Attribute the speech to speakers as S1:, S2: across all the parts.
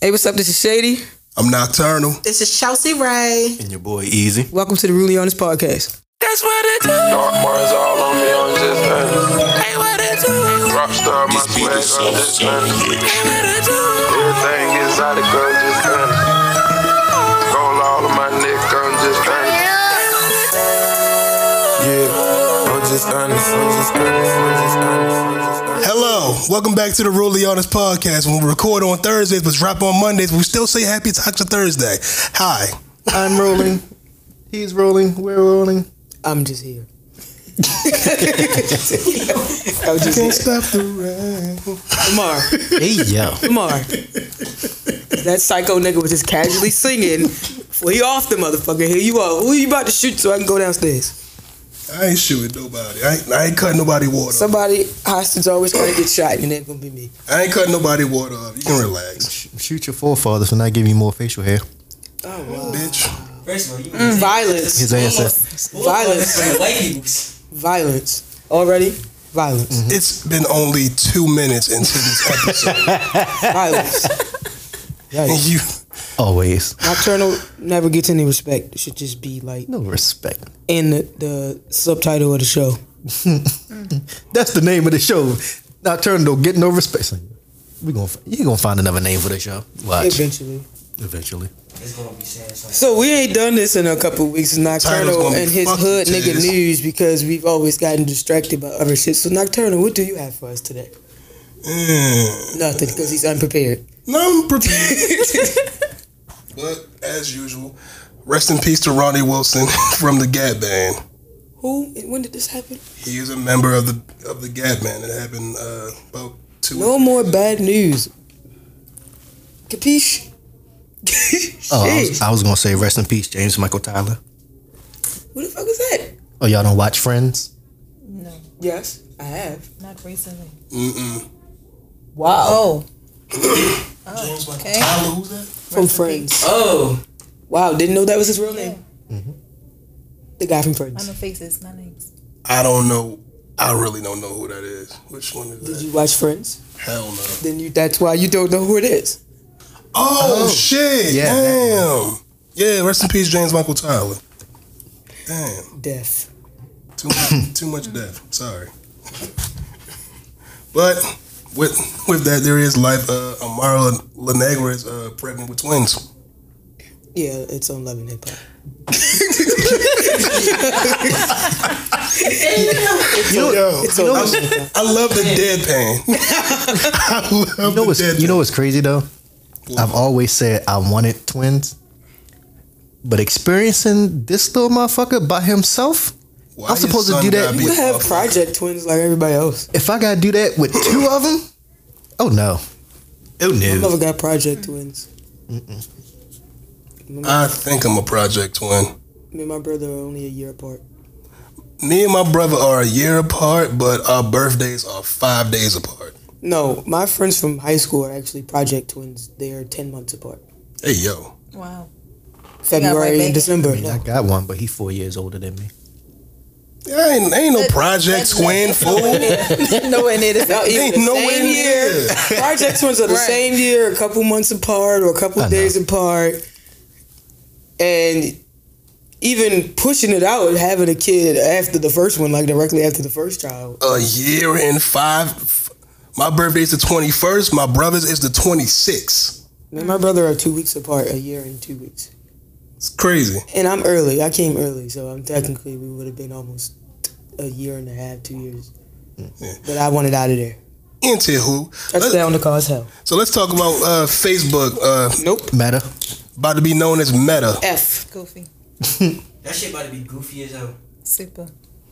S1: Hey, what's up? This is Shady.
S2: I'm nocturnal.
S3: This is Chelsea Ray.
S4: And your boy Easy.
S1: Welcome to the Really Honest Podcast.
S5: That's what it do.
S6: Dark bars all on me, I'm just earning.
S5: Hey, what it do.
S6: Rockstar, my swag, I'm just earning.
S5: Hey, what it do.
S6: Everything exotic, I'm just earning. Gold all on my neck, I'm just earning. Yeah, I'm just honest, I'm just honest, I'm just honest, I'm just honest.
S2: Hello, welcome back to the Rudely Honest Podcast. When we record on Thursdays, but drop on Mondays, we still say Happy Toxic Thursday. Hi,
S7: I'm rolling. He's rolling. We're rolling.
S1: I'm just here.
S2: can't stop the rain.
S1: Lamar.
S4: Hey yo.
S1: Lamar. that psycho nigga was just casually singing. Well, he off the motherfucker. Here you are. Who you about to shoot so I can go downstairs?
S2: I ain't shooting nobody. I ain't, I ain't cutting nobody water. up.
S1: Somebody hostage always gonna get shot, and it's gonna be me.
S2: I ain't cutting nobody water up. You can relax,
S4: Shoot your forefathers for not giving you more facial hair.
S1: Oh wow.
S2: bitch.
S1: Violence.
S4: His ancestors.
S1: Violence. Violence. Already? Violence.
S2: It's been only two minutes into this episode,
S1: Violence.
S2: and you
S4: Always.
S1: Nocturnal never gets any respect. It should just be like
S4: No respect.
S1: in the, the subtitle of the show.
S4: That's the name of the show. Nocturnal. Get no respect. We gonna you gonna find another name for the show. Watch
S1: Eventually.
S4: eventually.
S1: So we ain't done this in a couple weeks.
S2: Title's
S1: Nocturnal
S2: gonna be
S1: and his
S2: fucking
S1: hood nigga
S2: jizz.
S1: news because we've always gotten distracted by other shit. So Nocturnal, what do you have for us today?
S2: Mm.
S1: Nothing, because he's unprepared.
S2: No, I'm prepared. but as usual, rest in peace to Ronnie Wilson from the Gap Band.
S1: Who? When did this happen?
S2: He is a member of the of the Gap Band. It happened uh, about two.
S1: No more bad news. Capiche?
S4: Oh, I
S1: Shit.
S4: was, I was gonna say rest in peace, James Michael Tyler.
S1: Who the fuck is that?
S4: Oh, y'all don't watch Friends?
S3: No,
S1: Yes, I have.
S3: not recently.
S2: Mm-mm.
S1: Wow.
S3: Oh,
S2: James Michael
S3: okay.
S2: Tyler, who's that?
S1: From Friends. Oh. Wow, didn't know that was his real name.
S4: Mm-hmm.
S1: The guy from
S3: I'm
S1: Friends.
S3: a faces, not names.
S2: I don't know. I really don't know who that is. Which one is
S1: Did
S2: that?
S1: you watch Friends?
S2: Hell no.
S1: Then you that's why you don't know who it is.
S2: Oh, shit!
S4: Yeah,
S2: Damn. Yeah. Rest in peace, James Michael Tyler. Damn.
S1: Death.
S2: Too much, too much death. Sorry. but with with that, there is life. Uh, Amara Lenegra is uh, pregnant with twins.
S1: Yeah, it's on Love and Hip Hop.
S4: You know,
S2: Yo,
S1: It's on Love and Hip Hop.
S2: I love the deadpan. I love
S4: you know
S2: the
S4: what's
S2: deadpan.
S4: you know what's crazy though?
S2: What?
S4: I've always said I wanted twins. But experiencing this little motherfucker by himself,
S2: Why
S4: I'm
S2: your
S4: supposed to
S2: son
S4: do that.
S2: gotta be
S1: You
S2: a
S1: have
S2: motherfucker?
S1: project twins like everybody else.
S4: if I gotta do that with two of them, oh no. Oh
S1: I
S4: no.
S1: never got project twins. Me
S2: I think I'm a project twin.
S1: me and my brother are only a year apart.
S2: Me and my brother are a year apart, but our birthdays are five days apart.
S1: No, my friends from high school are actually project twins. They are ten months apart.
S2: Hey yo,
S3: Wow.
S1: February
S3: baby.
S1: and December.
S4: I mean, I got one, but he four years older than me.
S2: I ain't, ain't no
S3: That-
S2: project
S3: that's
S2: twin
S3: not-
S2: fool.
S3: no, and it is not
S1: Even
S2: Ain't
S1: the
S2: nowhere
S1: same
S2: near.
S1: year. Project twins are the
S3: Right.
S1: same year, a couple months apart or a couple
S4: I know.
S1: days apart. And even pushing it out, having a kid after the first one, like directly after the first child.
S2: A year and five. My birthday's the twenty first. My brother's is the twenty sixth.
S1: Me and my brother are two weeks apart, a year and two weeks.
S2: It's crazy.
S1: And I'm early. I came early, so I'm technically we would have been almost a year and a half, two years. Mm, But I wanted out of there.
S2: Into who?
S1: That's down to cause hell.
S2: So let's talk about uh, Facebook. Uh,
S1: Nope.
S4: Meta.
S2: about to be known as Meta.
S1: F.
S3: Goofy.
S8: That shit about to be goofy as hell.
S3: Super.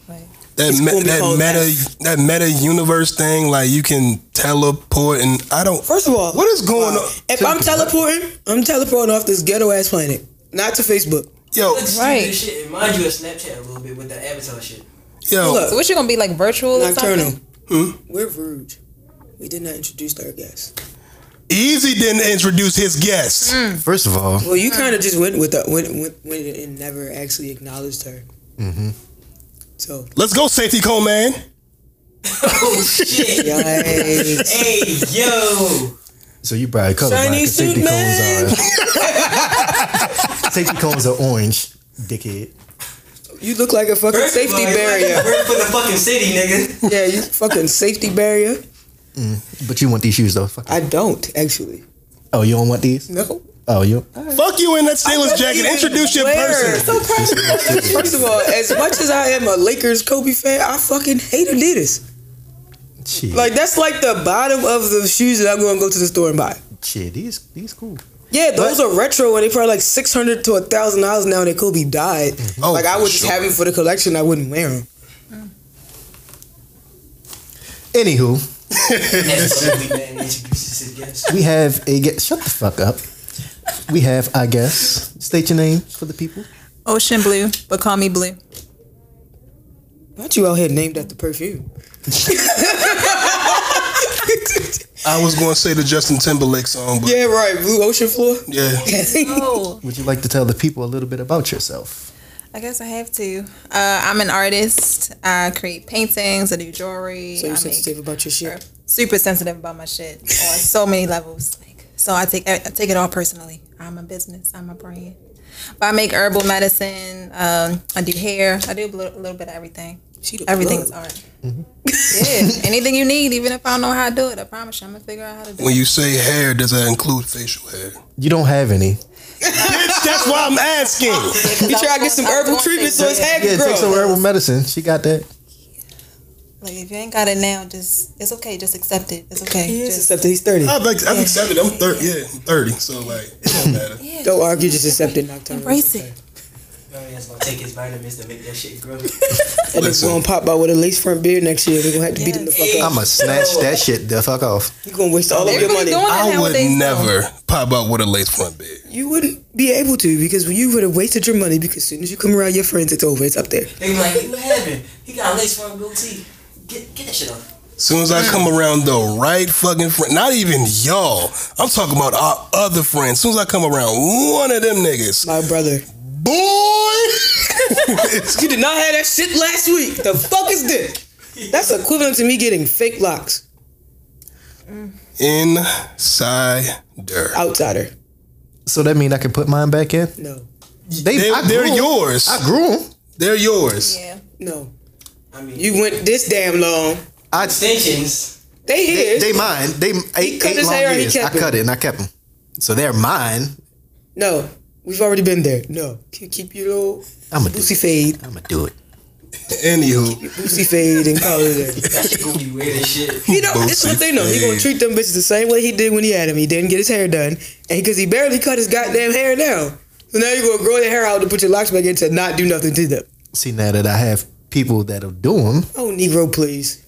S3: Like,
S2: That
S1: It's
S2: me,
S1: gonna be
S2: that
S1: called
S2: meta that meta universe thing. Like you can teleport, and I don't.
S1: First of all, uh,
S2: What is going on?
S1: If I'm teleporting, I'm teleporting off this ghetto ass planet, not to Facebook.
S2: Yo,
S8: That's
S3: Right.
S8: right. Shit. And mind you, a Snapchat a little bit with the avatar shit.
S2: yo, hmm?
S1: Look.
S3: so what you gonna be like virtual or
S1: Nocturnal.
S3: something?
S1: We're rude. We did not introduce our guest.
S2: Easy didn't introduce his guest.
S4: First of all,
S1: Well, you kind of just went with the went, went, went and never actually acknowledged her.
S2: Mm-hmm.
S4: hmm
S1: So,
S2: Let's go, safety cone man.
S8: Oh shit.
S1: yikes.
S8: hey yo.
S4: So you probably colorblind. 'cause
S1: Chinese suit
S4: safety
S1: man.
S4: cones are safety cones are orange, dickhead.
S1: You look like a fucking
S8: First of all,
S1: safety
S8: you
S1: barrier.
S8: Work for the fucking city, nigga.
S1: yeah, you fucking safety barrier.
S4: But you want these shoes though? Fuck it.
S1: I don't actually.
S4: Oh, you don't want these?
S1: No.
S4: Oh, you?
S2: Fuck you in that Steelers jacket. Introduce your person.
S1: So personal. First of all, as much as I am a Lakers Kobe fan, I fucking hate Adidas.
S4: Shit,
S1: Like that's like the bottom of the shoes that I'm gonna go to the store and buy.
S4: shit. These, these cool.
S1: Yeah, those are retro and they probably like six hundred to thousand dollars now. That Kobe died.
S2: Oh,
S1: like I
S2: for
S1: would just
S2: sure.
S1: have them for the collection. I wouldn't wear them.
S4: Anywho,
S8: Absolutely, man. Introduce this guest.
S4: we have a guest. Shut the fuck up. We have, I guess, state your name for the people.
S3: Ocean blue, but call me blue.
S1: Not you out here named after perfume.
S2: I was going to say the Justin Timberlake song, but
S1: Yeah, right. Blue ocean floor.
S2: yeah.
S3: Oh,
S4: Would you like to tell the people a little bit about yourself?
S3: I guess I have to. Uh, I'm an artist. I create paintings. I do jewelry.
S1: so
S3: I
S1: you're
S3: make
S1: sensitive about your shit.
S3: super sensitive about my shit on so many levels. Like, so I take I take it all personally. I'm a business. I'm a brand. But I make herbal medicine. Um, I do hair. I do a little, little bit of everything.
S1: She the
S3: Everything is
S1: plug.
S3: art.
S1: Mm-hmm.
S3: Yeah, anything you need, even if I don't know how to do it, I promise you, I'm gonna figure out how to do
S2: When
S3: it.
S2: you say hair, does that include facial hair?
S4: You don't have any.
S2: Bitch, that's why I'm asking.
S1: He tried to get some herbal treatment so his hair
S4: Yeah,
S1: can
S4: take some
S1: grow.
S4: herbal medicine. She got that.
S3: Like, if you ain't got it now, just it's okay. Just accept it. It's okay.
S1: He is
S3: Just-
S1: accepted. He's thirty.
S2: I've, ex- I've accepted. I'm thirty. Yeah, I'm thirty. So like, it don't matter.
S1: Don't argue. Just accept it. Nocturnal.
S3: Embrace
S1: It's okay.
S8: Your ass gonna take his vitamins to make that shit grow.
S1: And it's
S2: Listen.
S1: gonna pop out with a lace front beard next year. We're gonna have to beat him the fuck up.
S4: I'ma snatch that shit the fuck off.
S1: You're gonna waste all of
S3: They're
S1: your
S3: really
S1: money.
S3: doing that
S2: I would
S3: nowadays, though.
S2: never pop out with a lace front beard.
S1: You wouldn't be able to because you would have wasted your money because as soon as you come around your friends, it's over. It's up there.
S8: They be like, what happened? He got lace front blue tee. Get get that shit off.
S2: Soon as I come around the right fucking friend, not even y'all. I'm talking about our other friends. Soon as I come around one of them niggas,
S1: My brother.
S2: boy, it's
S1: You did not have that shit last week. The fuck is this? That's equivalent to me getting fake locks.
S2: insider.
S1: Outsider.
S4: So that mean I can put mine back in?
S1: No.
S4: They,
S2: They,
S4: I
S2: they're
S4: grew 'em.
S2: yours.
S4: I grew 'em.
S2: They're yours.
S3: Yeah.
S1: No.
S8: I mean,
S1: You went this damn long.
S4: I
S8: extensions.
S1: They
S4: they,
S1: here.
S4: they mine. They eight,
S1: cut
S4: eight
S1: his
S4: long
S1: hair and he
S4: years. I
S1: kept it.
S4: cut it and I kept them. So they're mine.
S1: no. We've already been there. No. Keep, keep your little
S4: I'ma do
S1: boosy
S4: it.
S1: fade.
S4: I'ma do it.
S2: Anywho,
S1: Boosy fade and call it there.
S8: That shit gonna be weird as shit.
S1: You know, this is what they know. He gonna treat them bitches the same way he did when he had him. He didn't get his hair done, and because he barely cut his goddamn hair now, so now you're gonna grow your hair out to put your locks back in to not do nothing to them.
S4: See now that I have people that'll do them,
S1: Oh, Negro, please.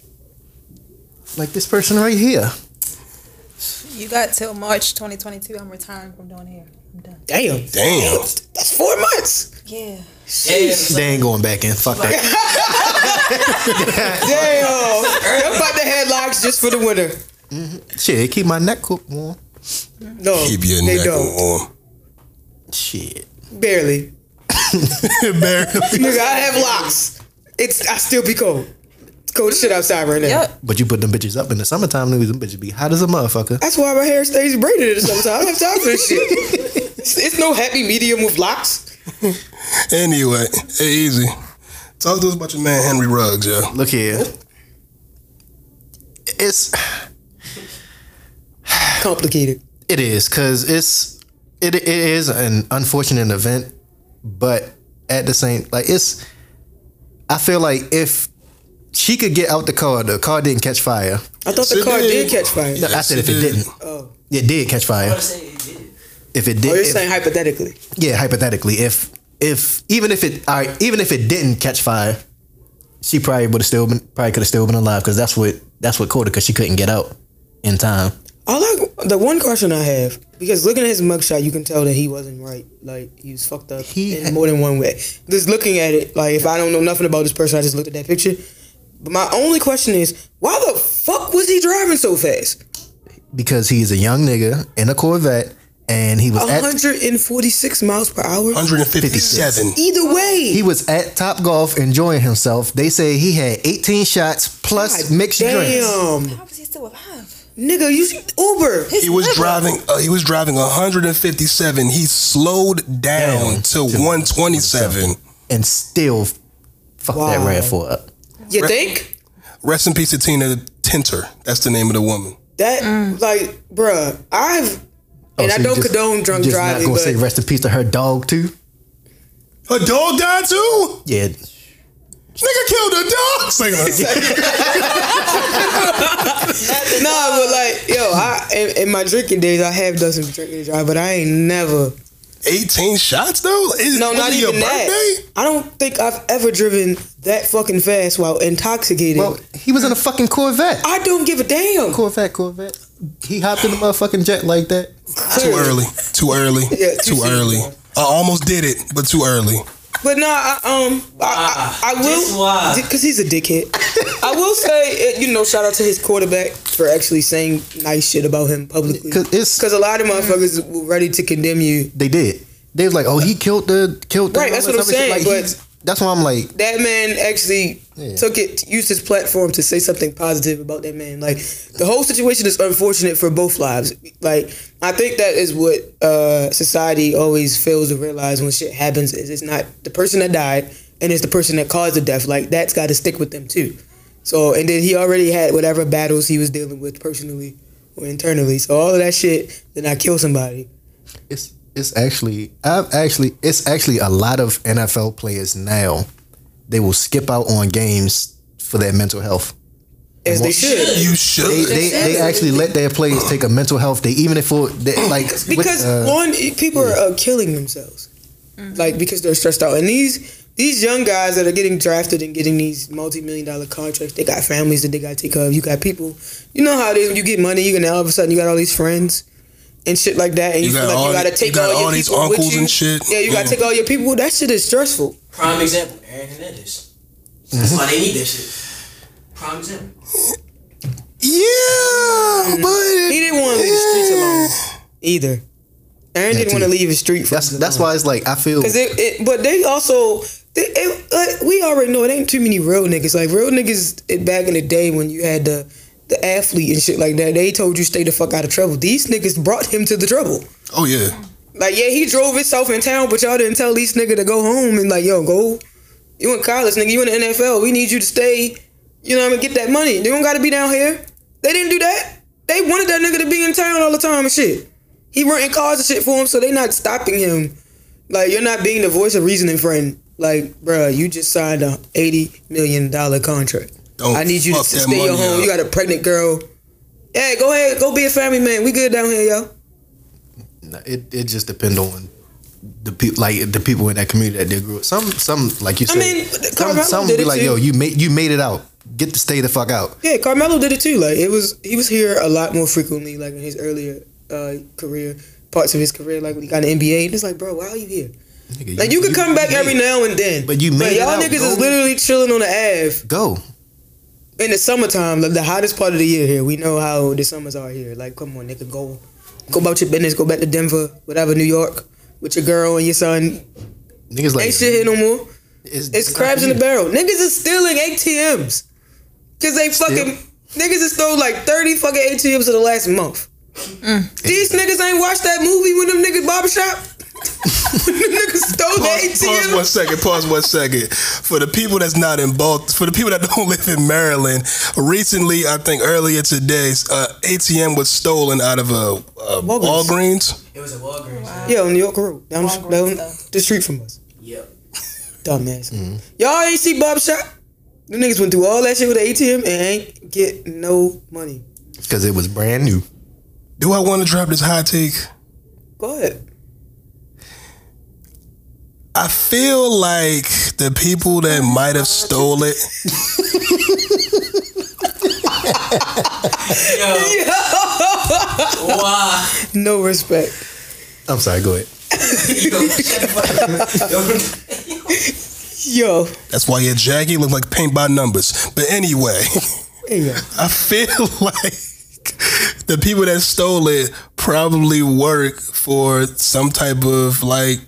S4: like this person right here.
S3: You got till March 2022. I'm retiring from doing hair. I'm done.
S1: Damn,
S2: Damn.
S1: that's four months.
S3: Yeah.
S8: Yeah,
S4: They ain't going back in. Fuck that.
S1: Damn, they about to head locks just for the winter.
S4: Shit, they keep my neck cooked warm.
S1: No,
S2: Keep your
S1: they
S2: neck
S1: don't.
S2: warm.
S4: Shit.
S1: Barely,
S2: Barely.
S1: nigga. I have locks. It's I still be cold. It's cold as shit outside right now.
S3: Yep.
S4: But you put them bitches up in the summertime, niggas, them bitches be hot as a motherfucker.
S1: That's why my hair stays braided in the summertime. I don't have time for this shit. It's, it's no happy medium with locks.
S2: Anyway, hey, easy. Talk to us about your man Henry Ruggs, yo.
S4: Look here. It's
S1: Complicated.
S4: It is because it's it, it is an unfortunate event, but at the same like it's. I feel like if she could get out the car, the car didn't catch fire.
S1: I thought the
S2: Yes, it
S1: car
S2: did.
S1: did catch fire.
S4: I said if it didn't,
S1: Oh.
S4: it did catch fire.
S8: I'm saying it did.
S4: If it
S1: Oh, you're
S4: did, if-
S1: saying hypothetically.
S4: yeah, hypothetically, if if even if it, all right, even if it didn't catch fire, she probably would have still been probably could have still been alive because that's what that's what caught her because she couldn't get out in time.
S1: All I, the one question I have, because looking at his mugshot, you can tell that he wasn't right. Like, he was fucked up
S4: He
S1: in
S4: had-
S1: more than one way. Just looking at it, like, if I don't know nothing about this person, I just looked at that picture. But my only question is, why the fuck was he driving so fast?
S4: Because he is a young nigga in a Corvette and he was at
S1: 146 miles per hour?
S2: 157.
S1: Either way.
S4: He was at Top Golf enjoying himself. They say he had 18 shots plus
S1: God
S4: mixed drinks.
S1: Damn.
S3: How was he still alive?
S1: Nigga, you should Uber.
S3: His
S2: He was
S3: liver.
S2: driving. Uh, he was driving 157. He slowed down
S4: Down
S2: to
S4: to
S2: 127.
S4: and still fuck that
S1: Wow.
S4: rad for up.
S1: You think?
S2: Rest in peace to Tina Tinter. That's the name of the woman.
S1: That like, bruh, I've and I don't condone drunk
S4: Oh, just
S1: driving,
S4: Not gonna
S1: but
S4: say rest in peace to her dog too.
S2: Her dog died too.
S4: Yeah,
S2: Nigga killed her dog. It's like, uh,
S1: nah, but like, yo, I in, in my drinking days, I have done some drinking and drive, but I ain't never.
S2: 18 shots though. Is,
S1: No,
S2: was
S1: not
S2: it your
S1: even that.
S2: birthday?
S1: I don't think I've ever driven that fucking fast while intoxicated.
S4: well, he was in a fucking Corvette.
S1: I don't give a damn.
S4: Corvette, Corvette. He hopped in the motherfucking jet like that.
S2: Too early. Too early.
S1: Yeah, too
S2: too
S1: soon.
S2: early. I almost did it, but too early.
S1: But no, I, um, I, I, I
S8: Just why?
S1: will, because he's a dickhead. I will say, uh, you know, shout out to his quarterback for actually saying nice shit about him publicly.
S4: 'Cause it's-
S1: because a lot of motherfuckers were ready to condemn you.
S4: They did. They was like, oh, he killed the killed. The
S1: Right, that's
S4: all this
S1: what I'm
S4: other shit.
S1: saying,
S4: he's- that's why I'm like,
S1: That man actually
S4: Yeah.
S1: took it, used his platform to say something positive about that man. Like the whole situation is unfortunate for both lives. Like I think that is what uh, society always fails to realize when shit happens is it's not the person that died and it's the person that caused the death. Like that's got to stick with them too. So and then he already had whatever battles he was dealing with personally or internally. So all of that shit, then I kill somebody.
S4: it's it's actually I've actually it's actually a lot of NFL players now. They will skip out on games for their mental health.
S1: As they
S4: Well,
S1: should.
S2: You should.
S4: They, they, they actually let their players take a mental health day, even if it, they, like with,
S1: because
S4: uh,
S1: one people are uh, killing themselves like because they're stressed out and these these young guys that are getting drafted and getting these multi-million dollar contracts they got families that they got to take care of you got people you know how it is when you get money you can all of a sudden you got all these friends and shit like that and
S2: You
S1: you,
S2: got
S1: feel like
S2: all
S1: you got to
S2: the-
S1: take
S2: you got
S1: all,
S2: all
S1: your
S2: these
S1: people
S2: uncles
S1: with you
S2: and shit.
S1: yeah you got to
S2: Yeah.
S1: take all your people that shit is stressful
S8: Prime example, Aaron Hernandez. That's why they need that shit. Prime example.
S2: Yeah, but
S1: Mm. he didn't want to leave the streets alone either Aaron
S4: Yeah,
S1: didn't want to
S4: too.
S1: leave his street
S4: that's
S1: friends
S4: that's
S1: alone.
S4: why it's like I feel
S1: Cause it, it, but they also, they, it, like, we already know it ain't too many real niggas. Like real niggas it, back in the day when you had the the athlete and shit like that, they told you stay the fuck out of trouble. These niggas brought him to the trouble.
S2: Oh yeah.
S1: Like yeah, he drove himself in town, but y'all didn't tell these nigga to go home and like yo go. You in college, nigga. You in the NFL. We need you to stay. You know what I mean? Get that money. They don't got to be down here. They didn't do that. They wanted that nigga to be in town all the time and shit. He renting cars and shit for him, so they not stopping him. Like you're not being the voice of reasoning, friend. Like, bruh, you just signed a eighty million dollar contract.
S2: Don't
S1: I need you to
S2: Oh, fuck that
S1: stay your
S2: money
S1: home.
S2: up.
S1: You got a pregnant girl. Hey, go ahead, go be a family man. We good down here, yo.
S4: Nah, it it just depends on the people like the people in that community that they grew up. Some some like you
S1: I
S4: said,
S1: mean,
S4: some
S1: Colorado
S4: some
S1: did
S4: be
S1: it
S4: like,
S1: too.
S4: yo, you made you made it out. Get to stay the fuck out.
S1: Yeah, Carmelo did it too. Like it was, he was here a lot more frequently, like in his earlier uh, career, parts of his career, like when he got an NBA. And it's like, bro, why are you here?
S4: Nigga,
S1: Like you could come back every now and then,
S4: But you made it
S1: y'all
S4: out,
S1: niggas is
S4: bro.
S1: literally chilling on the Ave
S4: Go.
S1: in the summertime, like the hottest part of the year here. We know how the summers are here. Like, come on, nigga, go, go about your business, go back to Denver, whatever, New York, with your girl and your son.
S4: Niggas like
S1: Ain't shit here no more.
S4: It's,
S1: It's crabs in the barrel. Niggas is stealing ATMs. Cause they fucking niggas has stole like 30 fucking ATMs in the last month. These niggas ain't watched that movie when them niggas barbershop. when them niggas stole
S2: Pause,
S1: the
S2: pause
S1: ATM.
S2: one second. Pause one second. For the people that's not in Baltimore, for the people that don't live in Maryland, recently, I think earlier today, uh, ATM was stolen out of a, a
S1: Walgreens.
S2: Walgreens.
S8: It was a Walgreens.
S1: Yeah, on New York Road. Down,
S3: Walgreens,
S1: down
S3: though.
S1: the street from us.
S8: Yep.
S1: Dumbass. Y'all ain't see barbershop? Them niggas went through all that shit with the ATM and ain't get no money.
S4: because it was brand new.
S2: Do I want to drop this hot take?
S1: Go ahead.
S2: I feel like the people that might have stole it.
S8: Yo, why?
S1: No respect.
S4: I'm sorry. Go ahead.
S8: Yo, shut the fuck up.
S1: Yo.
S2: That's why your Jackie look like paint by numbers. But anyway,
S1: Hey, yo.
S2: I feel like the people that stole it probably work for some type of like
S1: They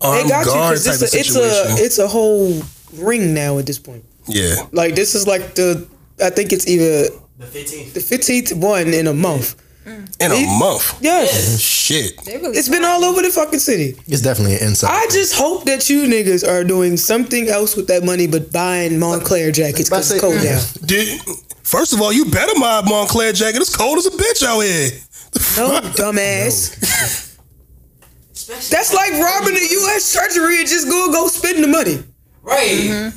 S2: armed
S1: got you
S2: guard
S1: 'cause
S2: type of
S1: it's a, it's
S2: situation.
S1: a it's a whole ring now at this point.
S2: yeah.
S1: Like this is like the I think it's either
S8: The 15th.
S1: The 15th one in a month.
S2: in a month.
S1: Yes.
S2: Shit.
S3: They really
S1: It's been all over the fucking city.
S4: It's definitely an inside.
S1: I just hope that you niggas are doing something else with that money but buying Montclair jackets
S4: But I
S1: because
S4: say-
S1: it's cold down.
S2: Dude, first of all, you better mob Montclair jacket. It's cold as a bitch out here.
S1: No, dumbass.
S8: Especially
S1: That's like robbing the U.S. Treasury and just go go spend the money.
S8: right.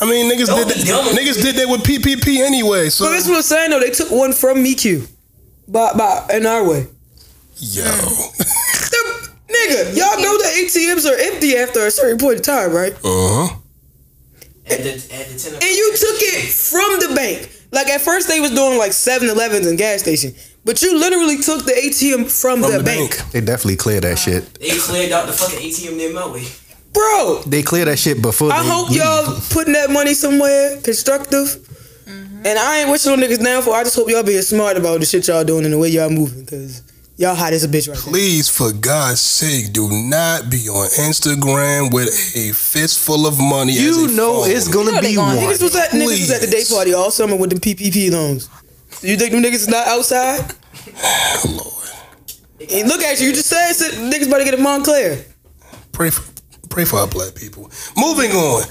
S2: I mean, niggas
S8: Don't
S2: did that.
S8: be dumb.
S2: Niggas did that with PPP anyway. So
S1: But that's what I'm saying though. They took one from MeQ, by by in our way.
S2: yo,
S1: The- nigga, y'all know the ATMs are empty after a certain point in time, right?
S2: uh huh.
S8: And the, and the 10
S1: And you took it from the bank. Like at first they was doing like 7-Elevens and gas station, but you literally took the ATM from,
S2: From
S1: the,
S2: the
S1: bank.
S2: bank.
S4: They definitely cleared that shit.
S8: They cleared out the fucking ATM near Melway.
S1: bro.
S4: They cleared that shit before.
S1: I
S2: Mm-hmm.
S4: they
S1: hope
S4: leave.
S1: y'all putting that money somewhere constructive. And I ain't wishing on niggas down for. I just hope y'all being smart about the shit y'all doing and the way y'all moving, cause y'all hot as a bitch right now.
S2: Please, for God's sake, do not be on Instagram with a fistful of money.
S4: You
S2: as a
S4: know
S2: phone.
S4: it's gonna
S3: know they
S4: be
S3: gonna-
S4: one.
S1: Niggas was at niggas was at the day
S2: Please.
S1: party all summer with them PPP loans. You think them niggas is not outside?
S2: Lord,
S1: And look at you. You just said, said niggas about to get a Montclair.
S2: pray for pray for our black people. Moving on.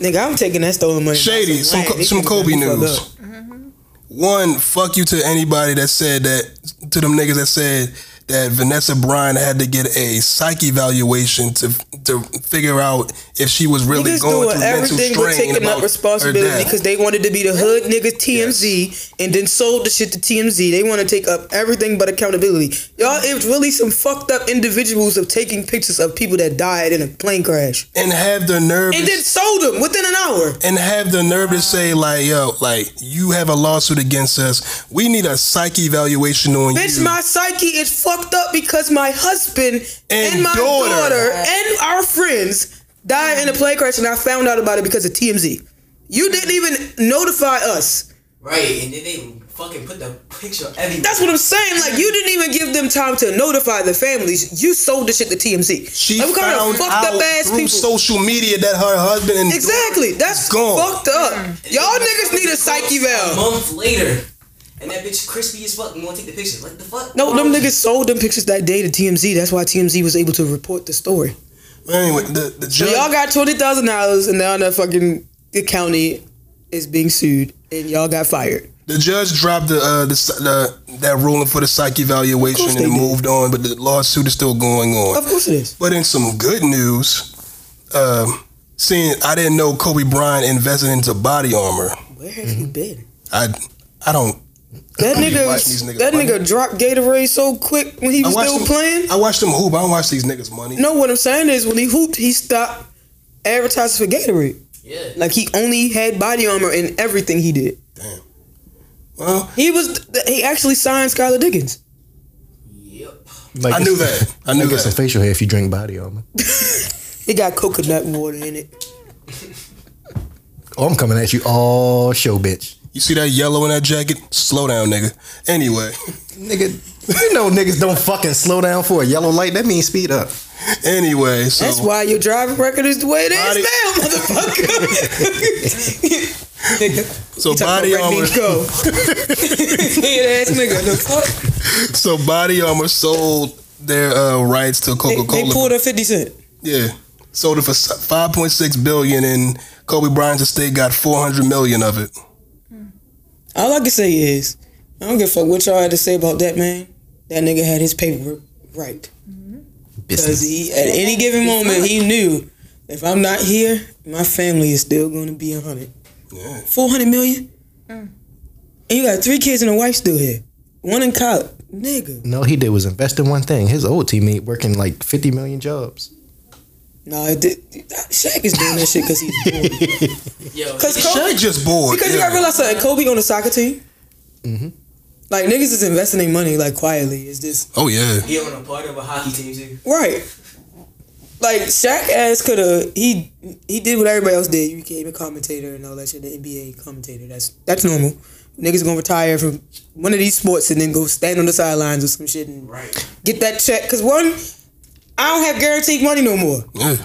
S1: Nigga, I'm taking that stolen money.
S2: Shady, some
S1: Right,
S2: co-
S1: these
S2: some
S1: niggas
S2: Kobe
S1: better fuck up.
S2: news. Mm-hmm. One, fuck you to anybody that said that to them niggas that said that Vanessa Bryan had to get a psych evaluation to to figure out if she was really
S1: Niggas
S2: going
S1: doing
S2: through mental
S1: everything but
S2: strain
S1: taking
S2: about
S1: up
S2: her
S1: responsibility
S2: death.
S1: because they wanted to be the hood niggas TMZ and then sold the shit to TMZ. They want to take up everything but accountability. Y'all, it's really some fucked up individuals of taking pictures of people that died in a plane crash
S2: and have the nerve
S1: and
S2: to
S1: then sold them within an hour.
S2: and have the nerve to
S1: Ah.
S2: say like, yo, like you have a lawsuit against us. We need a psych evaluation on
S1: Bitch,
S2: you.
S1: my psyche is fucked up because my husband and,
S2: And
S1: my daughter.
S2: daughter.
S1: and our friends died in a plane crash, and I found out about it because of TMZ. You didn't even notify us.
S8: Right. And then they fucking put the picture everywhere.
S1: That's what I'm saying. Like you didn't even give them time to notify the families. You sold the shit to TMZ.
S2: she
S1: like, what kind
S2: found
S1: of fucked
S2: out
S1: up ass
S2: through
S1: people.
S2: social media that her husband and
S1: exactly. That's
S2: Gone.
S1: fucked up. Y'all niggas need a psyche
S8: A
S1: valve.
S8: month later. And that bitch crispy as fuck and wanna take the picture. Like the fuck?
S1: No, them niggas sold them pictures that day to TMZ. That's why TMZ was able to report the story.
S2: Anyway, the, the
S1: So
S2: judge
S1: y'all got twenty thousand dollars, and now the fucking the county is being sued, and y'all got fired.
S2: the judge dropped the uh the, s- the that ruling for the psych evaluation
S1: course
S2: and
S1: they did.
S2: moved on, but the lawsuit is still going on.
S1: Of course it is.
S2: But in some good news, um, seeing I didn't know Kobe Bryant invested into body armor.
S1: Where have you been?
S2: I Mm-hmm. I don't
S1: That
S2: watching these
S1: nigga,
S2: niggas
S1: that
S2: fight.
S1: nigga dropped Gatorade so quick when he
S2: I
S1: was
S2: watched
S1: still
S2: them-
S1: playing.
S2: I watched them hoop. I don't watch these niggas money.
S1: No, what I'm saying is when he hooped, he stopped advertising for Gatorade.
S8: Yeah.
S1: Like he only had body armor in everything he did.
S2: Well,
S1: He was he actually signed Skylar Diggins.
S8: Yep.
S4: Like,
S2: I knew that. I knew
S4: You get some
S2: that.
S4: facial hair if you drink body armor.
S1: It got coconut water in it.
S4: Oh, I'm coming at you all show, bitch.
S2: You see that yellow in that jacket? Slow down, nigga. Anyway,
S4: Nigga, you know niggas don't fucking slow down for a yellow light. That means speed up.
S2: anyway. So
S1: That's why your driving record is the way it is
S2: Oh. Body-
S1: now, motherfucker. nigga.
S2: so
S1: Talking
S2: body
S1: about
S2: armor.
S1: Red Meat Go. Weird ass nigga. The fuck?
S2: So body armor sold their uh, rights to
S1: They,
S2: Coca
S1: they
S2: Cola.
S1: pulled up 50 Cent.
S2: Yeah, sold it for five point six billion, and Kobe Bryant's estate got four hundred million of it.
S1: All I can say is, I don't give a fuck what y'all had to say about that man. That nigga had his paperwork right. Because
S4: Business.
S1: he, at any given moment, he knew if I'm not here, my family is still going to be 100.
S2: Yeah.
S1: 400 million? And you got three kids and a wife still here. One in college. Nigga.
S4: No, he did was invest in one thing. His old teammate working like 50 million jobs.
S1: No, it did. Shaq is doing that shit because he's bored.
S8: Yo.
S1: Because
S2: Shaq just bored.
S1: Because you
S2: yeah.
S1: gotta realize something. Kobe on the soccer team.
S4: Mhm.
S1: Like niggas is investing their money like quietly. Is this
S2: Oh yeah.
S8: He on a part of a hockey team too.
S1: right? Like Shaq ass could have he he did what everybody else did. You became a commentator and all that shit. The NBA commentator. That's that's normal. Niggas gonna retire from one of these sports and then go stand on the sidelines or some shit and
S8: Right.
S1: get that check. Cause one, I don't have guaranteed money no more.
S2: yeah.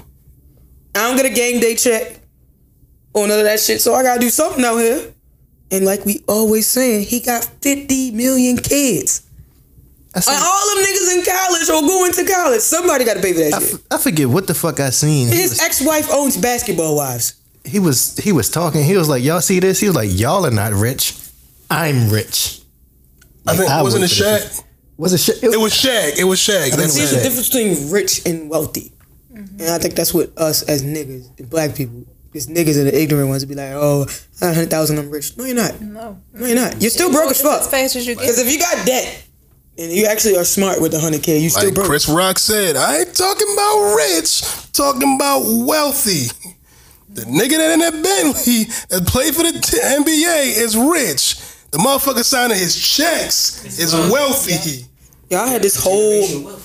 S1: I don't get a game day check or none of that shit. So I gotta do something out here. And like we always saying, he got 50 million kids.
S4: I, seen,
S1: And all them niggas in college or going to college. Somebody got to pay for that
S4: I,
S1: shit.
S4: f- I forget what the fuck I seen. He
S1: His
S4: was,
S1: ex-wife owns basketball wives.
S4: he was he was talking. He was like, "Y'all see this?" He was like, "Y'all are not rich. I'm rich."
S2: I think
S4: I
S2: wasn't it
S4: would-
S2: Shaq?
S4: Was it shit?
S2: It was Shaq. It was Shaq. That's
S1: See, it's the
S2: it.
S1: difference between rich and wealthy. And I think that's what us as niggas, and black people, because niggas are the ignorant ones, be like, oh, I got 100,000, I'm rich. No, you're not.
S3: No.
S1: No, you're not. You're still broke as
S3: As
S1: fuck.
S3: fast as you
S1: Because
S3: get.
S1: if you got debt, and you actually are smart with the 100K, you still
S2: Like
S1: broke.
S2: Chris Rock said, I ain't talking about rich, talking about wealthy. The nigga that in that Bentley that played for the t- NBA is rich. The motherfucker signing his checks is wealthy.
S1: Y'all had this whole,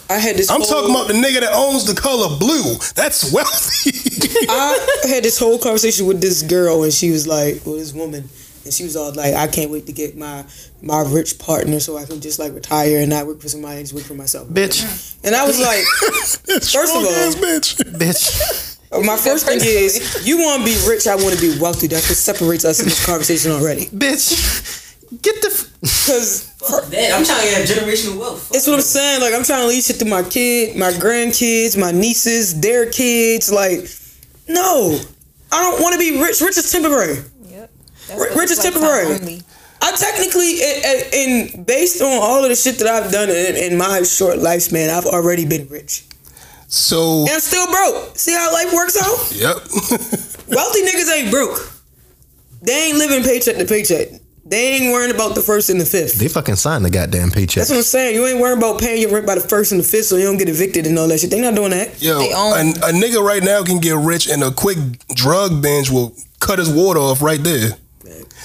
S1: I had this
S2: I'm
S1: whole,
S2: talking about the nigga that owns the color blue. That's wealthy.
S4: Ah,
S1: I had this whole conversation with this girl, and she was like, "Well, this woman," and she was all like, "I can't wait to get my my rich partner so I can just like retire and not work for somebody and just work for myself."
S4: bitch,
S1: And I was like,
S2: First
S1: of all-
S2: ass bitch.
S4: bitch.
S1: "My first thing is, you want to be rich, I want to be wealthy. That's what separates us in this conversation already.
S4: bitch, get the. F-
S1: Because
S8: Fuck that. I'm trying to have generational wealth. Fuck
S1: it's what I'm saying. Like I'm trying to leave shit to my kid, my grandkids, my nieces, their kids. Like, no, I don't want to be rich. Rich is temporary."
S3: Yep.
S1: Rich
S3: what
S1: is
S3: it's like,
S1: temporary.
S3: time only.
S1: I technically, and, and based on all of the shit that I've done in, in my short lifespan, I've already been rich.
S2: So,
S1: And I'm still broke. See how life works out?
S2: yep.
S1: Wealthy niggas ain't broke. They ain't living paycheck to paycheck. They ain't worrying about the first and the fifth.
S4: they fucking signed the goddamn paycheck.
S1: That's what I'm saying. You ain't worrying about paying your rent by the first and the fifth so you don't get evicted and all that shit. They not doing that.
S2: Yo,
S3: They
S2: a,
S3: own-
S2: a nigga right now can get rich and a quick drug binge will cut his water off right there.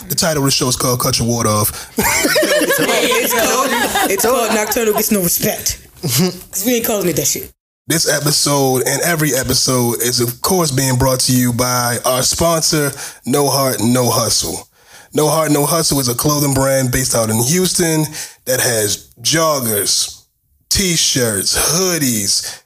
S2: The title of the show is called Cut Your Water Off.
S1: It's called, it's called Nocturnal Gets No Respect. Because we ain't calling it that shit.
S2: This episode and every episode is, of course, being brought to you by our sponsor, No Heart, No Hustle. No Heart, No Hustle is a clothing brand based out in Houston that has joggers, t shirts, hoodies,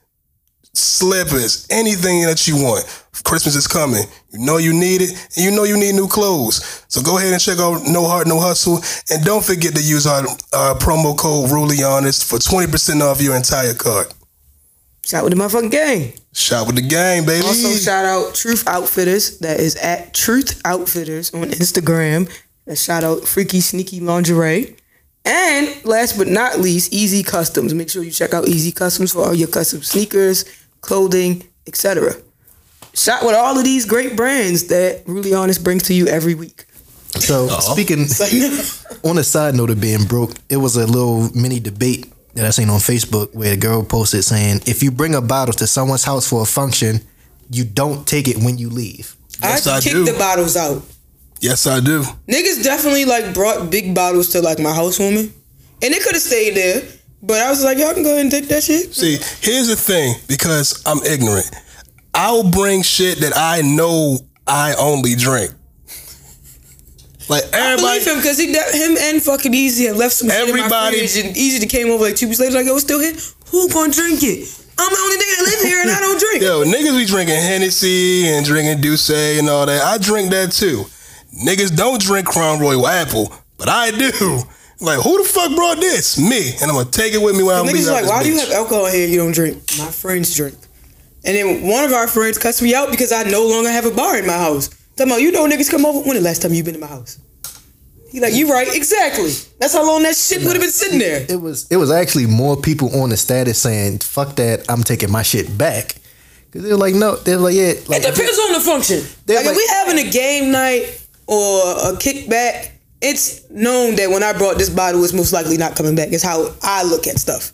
S2: slippers, anything that you want. Christmas is coming. You know you need it, and you know you need new clothes. So go ahead and check out No Heart, No Hustle. And don't forget to use our, our promo code Ruly Honest for 20% off your entire cart.
S1: Shout with the motherfucking gang.
S2: Shot with the gang, baby.
S1: Also, shout out Truth Outfitters. That is at Truth Outfitters on Instagram. And shout out Freaky Sneaky Lingerie. And last but not least, Easy Customs. Make sure you check out Easy Customs for all your custom sneakers, clothing, etc. Shot with all of these great brands that Really Honest brings to you every week.
S4: So speaking on a side note of being broke, it was a little mini debate that I seen on Facebook where a girl posted saying, "If you bring a bottle to someone's house for a function, you don't take it when you leave."
S2: Yes, I
S1: kicked
S2: do.
S1: the bottles out.
S2: yes, I do.
S1: Niggas definitely like brought big bottles to like my housewarming. And they could have stayed there. But I was like, y'all can go ahead and take that shit.
S2: See, here's the thing because I'm ignorant. I'll bring shit that I know I only drink. Like
S1: I
S2: everybody,
S1: believe him because he de- him and fucking Easy had left some
S2: Everybody-
S1: shit in my fridge and Easy just came over like two weeks later like yo it's still here who gonna drink it I'm the only nigga that live here and I don't drink
S2: yo, niggas be drinking Hennessy and drinking Douce and all that. I drink that too. Niggas don't drink Crown Royal Apple, but I do. Like, who the fuck brought this? Me. And I'm gonna take it with me while I'm
S1: niggas
S2: leaving.
S1: like
S2: this
S1: why do you
S2: bitch."
S1: have alcohol here you don't drink my friends drink and then one of our friends cussed me out because I no longer have a bar in my house talking about you know niggas come over when the last time you been in my house he like you right exactly that's how long that shit would have been sitting there
S4: It was it was actually more people on the status saying, "Fuck that, I'm taking my shit back." Cause they're like, no, they're like, yeah, like,
S1: It depends on the function.
S4: They're
S1: Like, if
S4: like-
S1: we having a game night or a kickback, it's known that when I brought this bottle, it's most likely not coming back. It's how I look at stuff.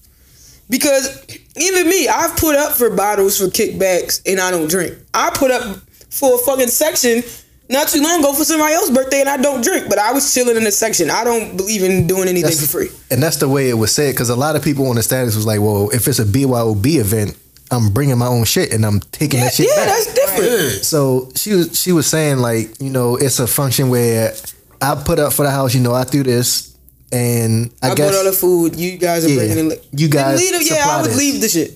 S1: Because even me, I've put up for bottles for kickbacks and I don't drink. I put up for a fucking section not too long ago for somebody else's birthday and I don't drink, but I was chilling in the section. I don't believe in doing anything
S4: That's-
S1: for free.
S4: and that's the way it was said. Cause a lot of people on the status was like, well, if it's a BYOB event, I'm bringing my own shit and I'm taking that shit
S1: Yeah,
S4: back.
S1: that's different.
S4: So she was she was saying like you know it's a function where I put up for the house. You know I threw this, and I,
S1: I,
S4: guess.
S1: bought all the food. You guys are
S4: Yeah,
S1: bringing it.
S4: you guys
S1: Leave, yeah,
S4: supply
S1: I would
S4: this.
S1: leave the shit.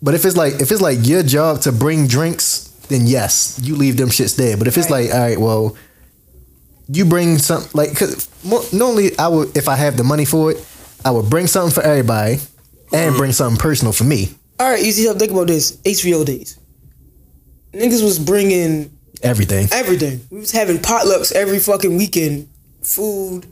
S4: but if it's like if it's like your job to bring drinks, then yes, you leave them shits there. But if it's
S3: Right.
S4: like all right, well, you bring some like cause mo- normally I would if I have the money for it, I would bring something for everybody and bring something personal for me
S1: All right, easy help. Think about this. HBO days. Niggas was bringing
S4: everything.
S1: everything. We was having potlucks every fucking weekend. Food,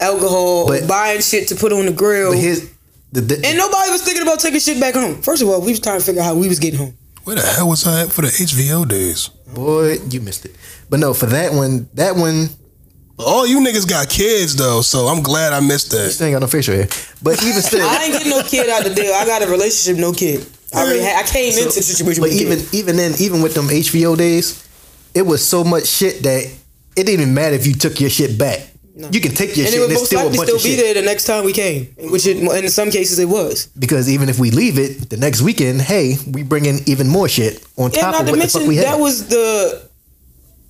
S1: alcohol,
S4: But-
S1: buying shit to put on the grill.
S4: But his the, the
S1: and nobody was thinking about taking shit back home. First of all, we was trying to figure out how we was getting home.
S2: Where the hell was I at for the HVO days?
S4: boy you missed it. But no, for that one, that one
S2: All you niggas got kids though, so I'm glad I missed that.
S4: still ain't got no facial hair. But even still,
S1: I ain't getting no kid out the deal. I got a relationship, no kid. I already had, I came into the situation
S4: but
S1: with a kid.
S4: even even then, even with them HVO days, it was so much shit that it didn't even matter if you took your shit back. You can take your
S1: and it
S4: shit and
S1: would
S4: it's
S1: most
S4: still a
S1: likely
S4: bunch
S1: still
S4: of
S1: be
S4: shit.
S1: there the next time we came, which it, in some cases it was.
S4: Because even if we leave it the next weekend, hey, we bring in even more shit on
S1: Yeah,
S4: top
S1: not
S4: of
S1: to
S4: what the fuck
S1: mention
S4: we had.
S1: that was the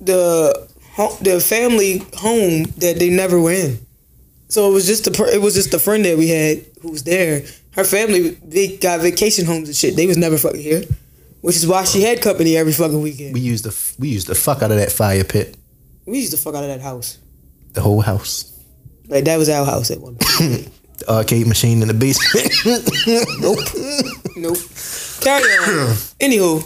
S1: the ho- the family home that they never were in. So it was just the per- it was just the friend that we had who was there. Her family they got vacation homes and shit. They was never fucking here, which is why she had company every fucking weekend.
S4: we used the f- we used the fuck out of that fire pit,
S1: We used to fuck out of that house.
S4: the whole house,
S1: Like that was our house at one point.
S4: the arcade machine in the basement.
S1: nope. Carry on. Anywho,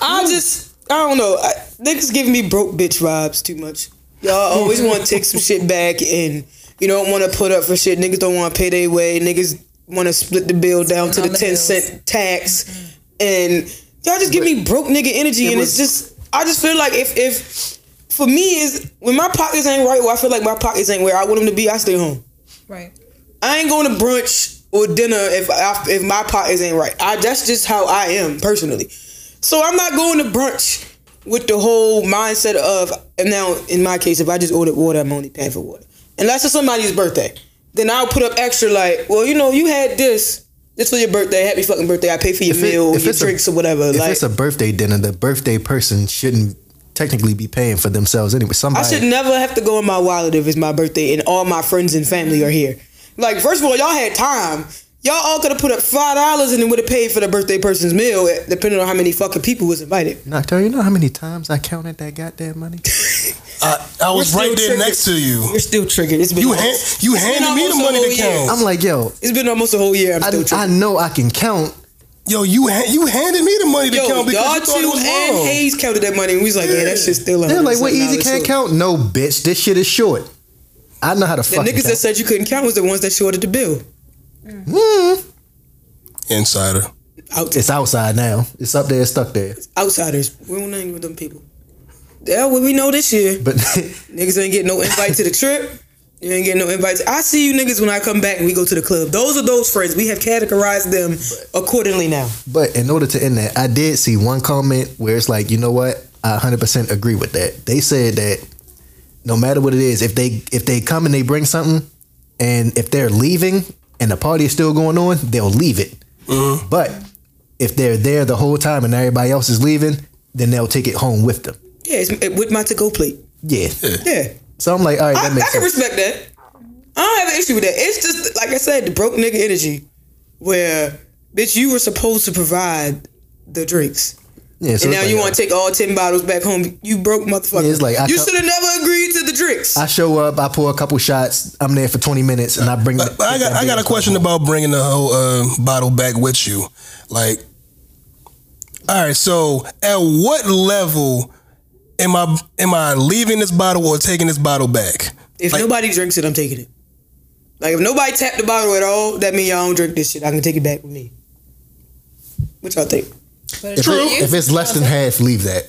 S1: I just I don't know. I, niggas giving me broke bitch vibes too much. Y'all always want to take some shit back and you don't want to put up for shit. Niggas don't want to pay their way. Niggas want to split the bill down to the Mm-hmm.
S3: On the
S1: ten
S3: bills.
S1: cent tax, and y'all just give me broke nigga energy. and it's just I just feel like if if for me is when my pockets ain't right, or I feel like my pockets ain't where I want them to be, I stay home.
S3: Right.
S1: I ain't going to brunch or dinner if I, if my pockets ain't right. I that's just how I am personally. So I'm not going to brunch with the whole mindset of and now in my case if I just ordered water I'm only paying for water unless it's somebody's birthday. Then I'll put up extra like well you know you had this this for your birthday happy fucking birthday I pay for your
S4: If it-
S1: meal
S4: if
S1: your
S4: it's a-
S1: drinks or whatever
S4: if
S1: like
S4: it's a birthday dinner, the birthday person shouldn't technically be paying for themselves anyway.
S1: I
S4: Somebody
S1: should never have to go in my wallet if it's my birthday and all my friends and family are here. Like, first of all, y'all had time. Y'all all could have put up five dollars and it would have paid for the birthday person's meal, eh, depending on how many fucking people was invited.
S4: Nocturne, you know how many times I counted that goddamn money?
S2: I, I was
S1: We're still
S2: right there
S1: triggered.
S2: next to you.
S1: We're still triggered. It's been
S2: You
S1: almost-
S2: hand, you
S1: it's been
S2: handed me
S1: almost
S2: the
S1: a
S2: money
S1: whole
S2: to
S1: year.
S2: count.
S4: I'm like, yo,
S1: It's been almost a whole year. I'm
S4: I,
S1: still
S4: I
S1: triggered.
S4: know I can count.
S2: Yo, you ha- you handed me the money to
S1: Yo,
S2: count
S1: y'all
S2: because you thought it
S1: two
S2: was
S1: and
S2: wrong.
S1: Hayes counted that money and we was like, yeah, that shit's still.
S4: They're like, what easy
S1: $107
S4: can't
S1: short.
S4: count? No, bitch, this shit is short. I know how to
S1: The
S4: fucking
S1: niggas that
S4: count.
S1: said you couldn't count was the ones that shorted the bill.
S4: Mm.
S2: Insider.
S1: Out
S4: It's outside now. It's up there. It's stuck there.
S1: outsiders. We don't hang with them people. Yeah, what we know this year.
S4: But
S1: Niggas ain't getting no invite to the trip. You ain't getting no invites. I see you niggas when I come back and we go to the club. Those are those friends. We have categorized them accordingly now.
S4: but in order to end that, I did see one comment where it's like, you know what? I 100% agree with that. They said that no matter what it is, if they if they come and they bring something, and if they're leaving and the party is still going on, they'll leave it.
S1: Mm-hmm.
S4: But if they're there the whole time and everybody else is leaving, then they'll take it home with them.
S1: Yeah, it's it, with my to-go plate.
S4: Yeah.
S1: Yeah,
S4: So I'm like, all right,
S1: I,
S4: that
S1: I
S4: makes
S1: can
S4: sense.
S1: respect that. I don't have an issue with that. It's just like I said, the broke nigga energy, where bitch, you were supposed to provide the drinks.
S4: Yeah,
S1: And
S4: so it's
S1: now
S4: like, uh,
S1: you want to take all ten bottles back home? You broke motherfucker.
S4: Yeah, it's like, I
S1: you
S4: come-
S1: should have never agreed to the drinks.
S4: I show up, I pour a couple shots, I'm there for 20 minutes, and I bring.
S2: But, but I got I got a question about bringing the whole uh, bottle back with you. Like, all right, so at what level am I am I leaving this bottle or taking this bottle back?
S1: If
S2: Like-
S1: nobody drinks it, I'm taking it. Like if nobody tapped the bottle at all, that means y'all don't drink this shit. I can take it back with me. What y'all think?
S4: If, it- if it's less than half, leave that.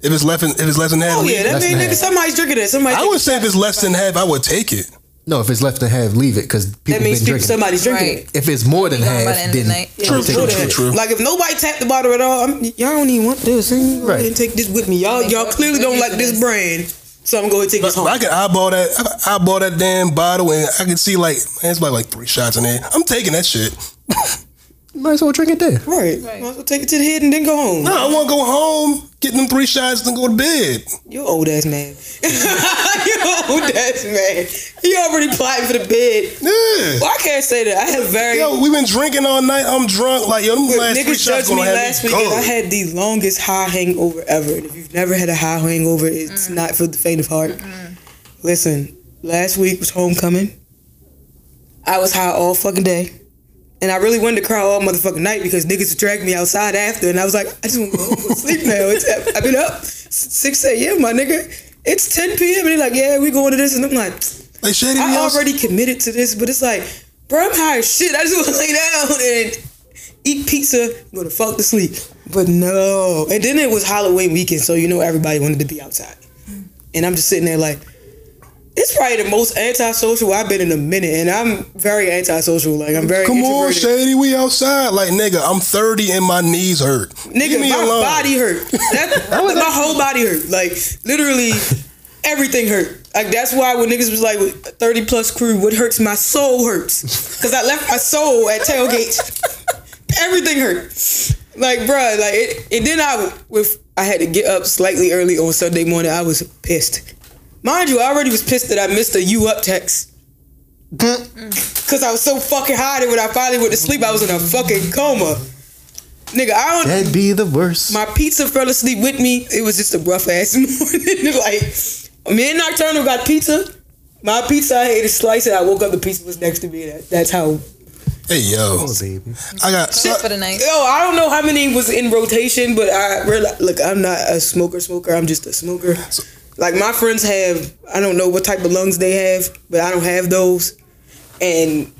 S2: If it's less than if it's less than half,
S1: Oh yeah, that
S4: Less
S1: means
S4: than
S1: nigga,
S4: half.
S1: somebody's drinking it. Somebody.
S2: I would say if it's less than half, I would take it.
S4: No, if it's less than half, leave it because people
S1: that means
S4: been
S1: people,
S4: drinking.
S1: somebody's drinking
S3: Right.
S1: it.
S4: If it's more than
S3: You gone by the
S4: half,
S3: end of the
S4: then
S3: night.
S1: Yeah,
S4: take
S1: true
S4: it.
S1: that.
S2: true.
S1: Like if nobody tapped the bottle at all, I'm, y'all don't even want this. Ain't right.
S4: Right.
S1: And take this with me. Y'all, y'all clearly don't like this brand, so I'm going to take this
S2: But
S1: home.
S2: I could eyeball that I could eyeball that damn bottle and I could see like man, it's about like three shots in there. I'm taking that shit.
S4: Might as well drink it there.
S1: Right. Might as well take it to the head and then go home.
S2: No, I want to go home, get them three shots, and go to bed.
S1: You old ass man. you old ass man. You already plotting for the bed.
S2: Yeah.
S1: Well, I can't say that. I have very.
S2: Yo, we been drinking all night. I'm drunk. Like yo, them
S1: Look,
S2: last three
S1: niggas
S2: shots
S1: judged me
S2: gonna have
S1: last
S2: me
S1: week and I
S2: gone.
S1: had the longest high hangover ever. And if you've never had a high hangover, it's not for the faint of heart. Listen, last week was homecoming. I was high all fucking day. And I really wanted to cry all motherfucking night because niggas would drag me outside after. And I was like, I just want to go home and sleep now. It's, I've been up s- 6 a.m., my nigga. It's 10 p.m. And they're like, yeah, we going to this. And I'm like,
S2: Like Shady
S1: I
S2: Mills-
S1: already committed to this, but it's like, bro, I'm high as shit. I just want to lay down and eat pizza, go to fuck to sleep. But no. And then it was Halloween weekend, so you know everybody wanted to be outside. And I'm just sitting there like, it's probably the most antisocial I've been in a minute, and I'm very antisocial. Like I'm very
S2: Come on,
S1: introverted.
S2: Shady, we outside. Like, nigga, I'm 30 and my knees hurt.
S1: Nigga,
S2: Leave me
S1: my
S2: alone.
S1: body hurt. That, my whole body hurt. Like literally, everything hurt. Like that's why when niggas was like thirty plus crew, what hurts my soul hurts because I left my soul at tailgate. everything hurt. Like bruh, like it. And then I with I had to get up slightly early on Sunday morning. I was pissed. Mind you, I already was pissed that I missed a you up text.
S2: Mm.
S1: Cause I was so fucking high that when I finally went to sleep, I was in a fucking coma. Nigga, I don't
S4: That'd be the worst.
S1: my pizza fell asleep with me. It was just a rough ass morning. like me and Nocturnal got pizza. My pizza, I ate a slice, and I woke up. The pizza was next to me. That, that's how.
S2: Hey, yo.
S4: Oh, baby.
S2: I got.
S3: Shit for the night.
S1: Yo, I don't know how many was in rotation, but I realized, look, I'm not a smoker. Smoker, I'm just a smoker. Like my friends have, I don't know what type of lungs they have, but I don't have those. And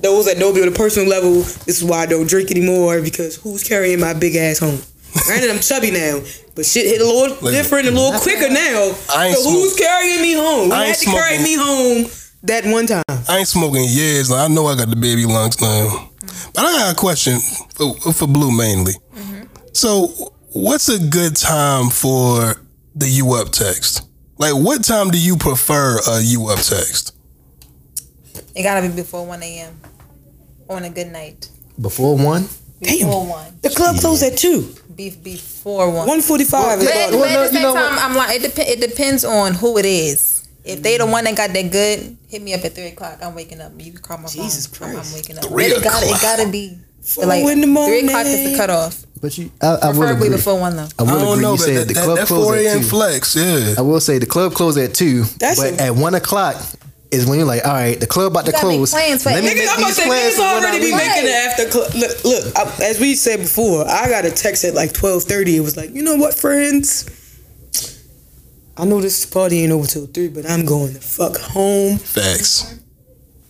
S1: those that know me on a personal level, this is why I don't drink anymore because who's carrying my big ass home? Granted, I'm chubby now, but shit hit a little
S2: Like-
S1: different, a little quicker now.
S2: I ain't
S1: so who's
S2: smoking.
S1: carrying me home? Who
S2: I ain't
S1: had to carry
S2: smoking.
S1: me home that one time?
S2: I ain't smoking in years. Like, I know I got the baby lungs now. But I got a question for, for Blue mainly.
S1: Mm-hmm.
S2: So, what's a good time for the you up text? Like, what time do you prefer a you up text?
S3: It gotta be before one a.m. on a good night.
S4: Before one,
S3: Before
S4: Oh.
S3: one.
S1: The club closed at two,
S3: Be- before one.
S1: one forty-five.
S3: But,
S4: Well,
S3: but
S4: no,
S3: at the
S4: you
S3: same
S4: know what?
S3: time, I'm like, it, dep- it depends on who it is. If they the one that got that good, hit me up at three o'clock. I'm waking up. You can call my phone.
S1: Jesus
S3: I'm-
S1: Christ.
S3: I'm waking up.
S2: Three
S3: but it gotta,
S2: o'clock.
S3: it gotta be
S1: Four
S3: like
S1: in the
S3: three o'clock is
S1: morning.
S3: the cutoff.
S4: but you, I, I would
S3: Preferably
S4: agree.
S3: before one though.
S4: I would
S2: I
S4: agree.
S2: don't know,
S4: you
S2: but
S4: said
S2: that,
S4: the
S2: that,
S4: club
S2: that 4
S4: closed
S2: a.m.
S4: at two.
S2: flex, yeah.
S4: I will say the club closed at two,
S1: That's
S4: but
S1: a-
S4: at one o'clock is when you're like, all right, the club about to
S3: You gotta make
S4: close.
S3: plans for
S4: Let me
S3: it.
S1: Niggas,
S4: make
S1: I'm about to
S4: these
S1: say,
S4: plans
S1: niggas
S4: for when I
S1: already be
S4: leave.
S1: making it after club. Look, look I, as we said before, I got a text at like 12:30. It was like, you know what, friends? I know this party ain't over till three, but I'm going the fuck home.
S2: Facts.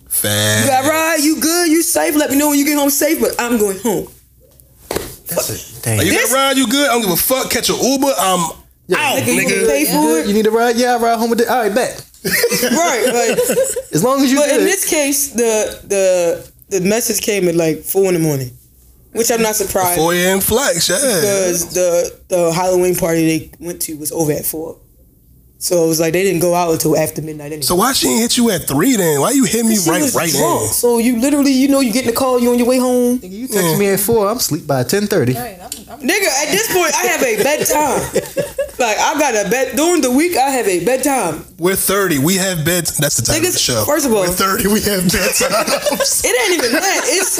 S1: You
S2: Facts.
S1: got ride? You good? You safe? Let me know when you get home safe. But I'm going home.
S4: That's it. Dang.
S2: You
S1: This-
S2: got ride? You good? I don't give a fuck. Catch an Uber. I'm out,
S1: Nigga, you can
S2: nigga.
S1: pay for
S4: You
S1: it,
S4: need a ride? Yeah, I ride home with it. All right, bet.
S1: right? Like,
S4: As long as you
S1: but
S4: good.
S1: in this case, the the the message came at like four in the morning, which I'm not surprised.
S2: 4 a.m. flex, yeah.
S1: because the the Halloween party they went to was over at four. So it was like they didn't go out until after midnight. Anyway.
S2: So why she ain't hit you at three then? Why you hit me
S1: She
S2: right
S1: was
S2: right
S1: drunk.
S2: now?
S1: So you literally, you know, you get in the car, you on your way home, nigga.
S4: you text me at four, I'm sleep by ten thirty.
S1: At this point, I have a bedtime. like I got a bed during the week. I have a bedtime.
S2: We're 30. We have beds. That's the time of
S1: Niggas,
S2: the show.
S1: first of all-
S2: we're 30. We have bedtimes.
S1: It ain't even that. It's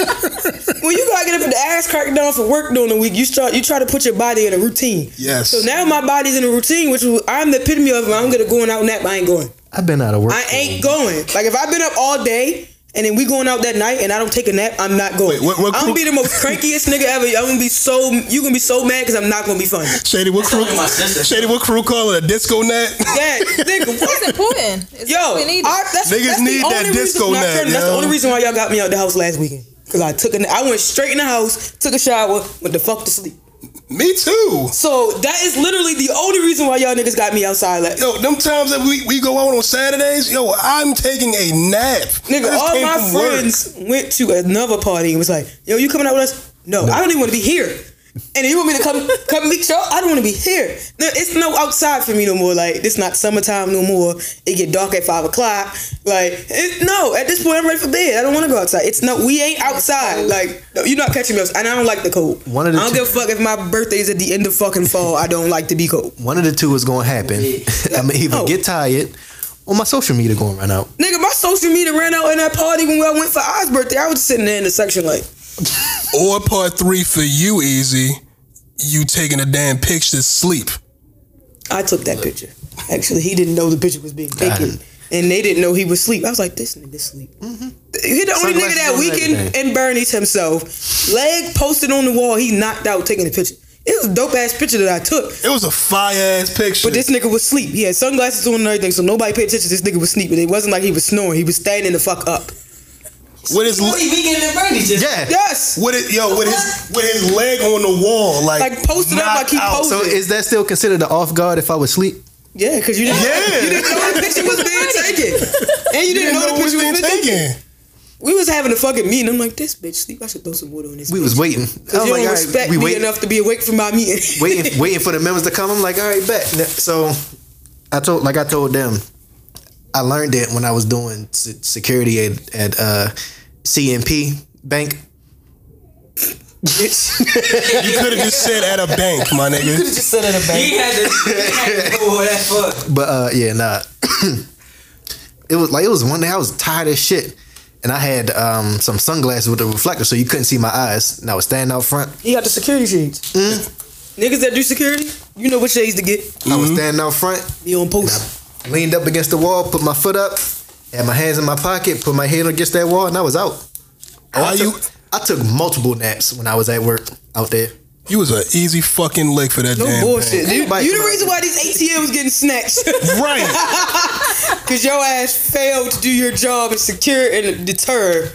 S1: when you gotta get up in the ass crack down for work during the week. You start, you try to put your body in a routine.
S2: yes.
S1: So now my body's in a routine, which was- I'm the epitome of. I'm gonna go and out nap. I ain't going.
S4: I've been out of work.
S1: I
S4: for-
S1: ain't going. Like if I've been up all day and then we going out that night and I don't take a nap, I'm not going.
S2: Wait, what- what
S1: I'm gonna be
S2: crew-
S1: the most crankiest nigga ever. I'm gonna be so you gonna be so mad because I'm not gonna be funny.
S2: Shady, what crew?
S8: only my sister.
S2: Shady, what crew call it a disco net?
S1: Yeah, nigga.
S3: It's
S1: What?
S3: important. It's
S1: Yo,
S3: what we need.
S1: I, that's,
S2: Niggas
S1: that's
S2: need
S1: the only
S2: that
S1: reason-
S2: disco
S1: Nah,
S2: nap,
S1: Kevin, That's the
S2: yo.
S1: only reason why y'all got me out the house last weekend. Cause I took a, na- I went straight in the house, took a shower, went the fuck to sleep.
S2: me too.
S1: So that is literally the only reason why y'all niggas got me outside. Like,
S2: Yo, them times that we, we go out on Saturdays, yo, I'm taking a nap. I
S1: Nigga,
S2: just
S1: all
S2: came
S1: my
S2: from work.
S1: friends went to another party and was like, "Yo, you coming out with us?" No, I don't even want to be here. And you want me to come come meet y'all? I don't want to be here. No, it's no outside for me no more. Like it's not summertime no more. It get dark at five o'clock. Like it, no, at this point I'm ready for bed. I don't want to go outside. It's no, we ain't outside. Like no, you're not catching me. outside. And I don't like the cold.
S4: One of the
S1: I don't
S4: two-
S1: give a fuck if my birthday's at the end of fucking fall. I don't like to be cold.
S4: One of the two is gonna happen. I'm gonna either
S1: Oh.
S4: get tired or my social media gonna run out.
S1: Nigga, my social media ran out in that party when I went for Oz birthday. I was just sitting there in the section like.
S2: Or part three for you, Easy. You taking a damn picture to sleep.
S1: I took that picture. Actually, he didn't know the picture was being taken. And and they didn't know he was asleep. I was like, this nigga sleep. He the only nigga
S4: Sunglasses
S1: that
S4: on
S1: weekend
S4: everything.
S1: and Bernie's himself. Leg posted on the wall. He knocked out taking the picture. It was a dope ass picture that I took.
S2: It was a fire ass picture.
S1: But this nigga was asleep. He had sunglasses on and everything, so nobody paid attention. This nigga was sleeping. It wasn't like he was snoring. He was standing the fuck up.
S2: with his
S8: What are you vegan and Brandy just?
S4: Yeah.
S1: Yes.
S2: with it, yo, with his with his leg on the wall, like
S1: Like, posted up like he
S2: knocked out.
S1: posted.
S4: So is that still considered an off guard if I was asleep?
S1: Yeah, because you didn't.
S2: Yeah.
S1: You didn't know the picture was being taken, and you
S2: You
S1: didn't, know, the
S2: what's
S1: picture was
S2: been
S1: being taken.
S2: taken.
S1: We was having a fucking meeting. I'm like, this bitch sleep. I should throw some water on this.
S4: We was
S1: bitch.
S4: waiting. I
S1: Cause
S4: was
S1: you
S4: like,
S1: don't
S4: all right,
S1: respect
S4: Oh we
S1: me
S4: wait-
S1: enough to be awake for my meeting.
S4: waiting, waiting for the members to come. I'm like, all right, bet. Now- So I told, like I told them, I learned it when I was doing se- security at, at uh, CMP Bank.
S2: You could have just said at a bank, my nigga.
S1: just sit in a
S8: He had to. He had to go that fuck.
S4: But uh, yeah, nah. it was like it was one day I was tired as shit, and I had um, some sunglasses with a reflector, so you couldn't see my eyes. And I was standing out front.
S1: He got the security shades. Mm. Niggas that do security, you know what shades to get.
S4: I was standing out front.
S1: Be on post.
S4: leaned up against the wall, put my foot up, had my hands in my pocket, put my head against that wall, and I was out. And
S2: Why
S4: I,
S2: you-
S4: took, I took multiple naps when I was at work out there.
S2: You was an easy fucking lick for that
S1: No
S2: damn
S1: bullshit.
S2: bank.
S1: You,
S4: Everybody
S1: you
S4: come
S1: the
S4: out.
S1: reason why these ATMs getting snatched.
S2: Right.
S1: Cause your ass failed to do your job and secure and deter.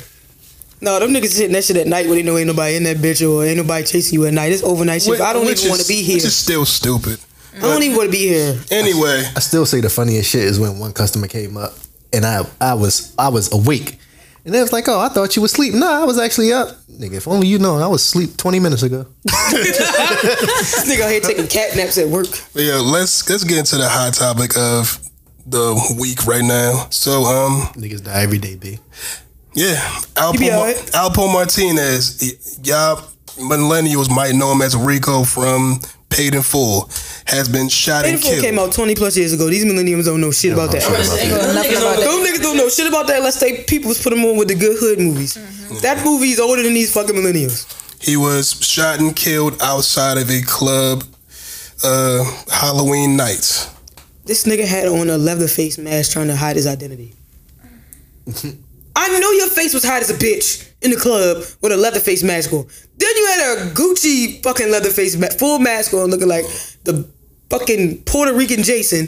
S1: No, them niggas hitting that shit at night when they know ain't nobody in that bitch or ain't nobody chasing you at night. It's overnight shit. I don't
S2: Which
S1: even
S2: is-
S1: want to be here.
S2: Which is still stupid.
S1: I don't even want to be here.
S2: Anyway,
S4: I still say the funniest shit is when one customer came up and I I was I was awake. And they was like, oh, I thought you was asleep. Nah, I was actually up. Nigga, if only you know, I was asleep 20 minutes ago.
S1: This nigga out here taking cat naps at work.
S2: but yeah, let's let's get into the hot topic of the week right now. So, um,
S4: Niggas die every day, B.
S2: Yeah,
S1: You
S2: Alpo,
S1: be
S2: Mar-
S1: alright.
S2: Alpo Martinez. y- Y'all millennials might know him as Rico from Paid in Full. Has been shot and
S1: Painful
S2: killed.
S1: came out 20 plus years ago. These millennials don't know shit about that.
S8: I'm just saying, them niggas don't-
S1: Those niggas don't know shit about that unless they peoples put them on with the good hood movies. That movie is older than these fucking millennials.
S2: He was shot and killed outside of a club uh, Halloween night.
S1: This nigga had on a leather face mask trying to hide his identity. I know your face was hot as a bitch in the club with a leather face mask on. Then you had a Gucci fucking leather face ma- full mask on looking like the fucking Puerto Rican Jason.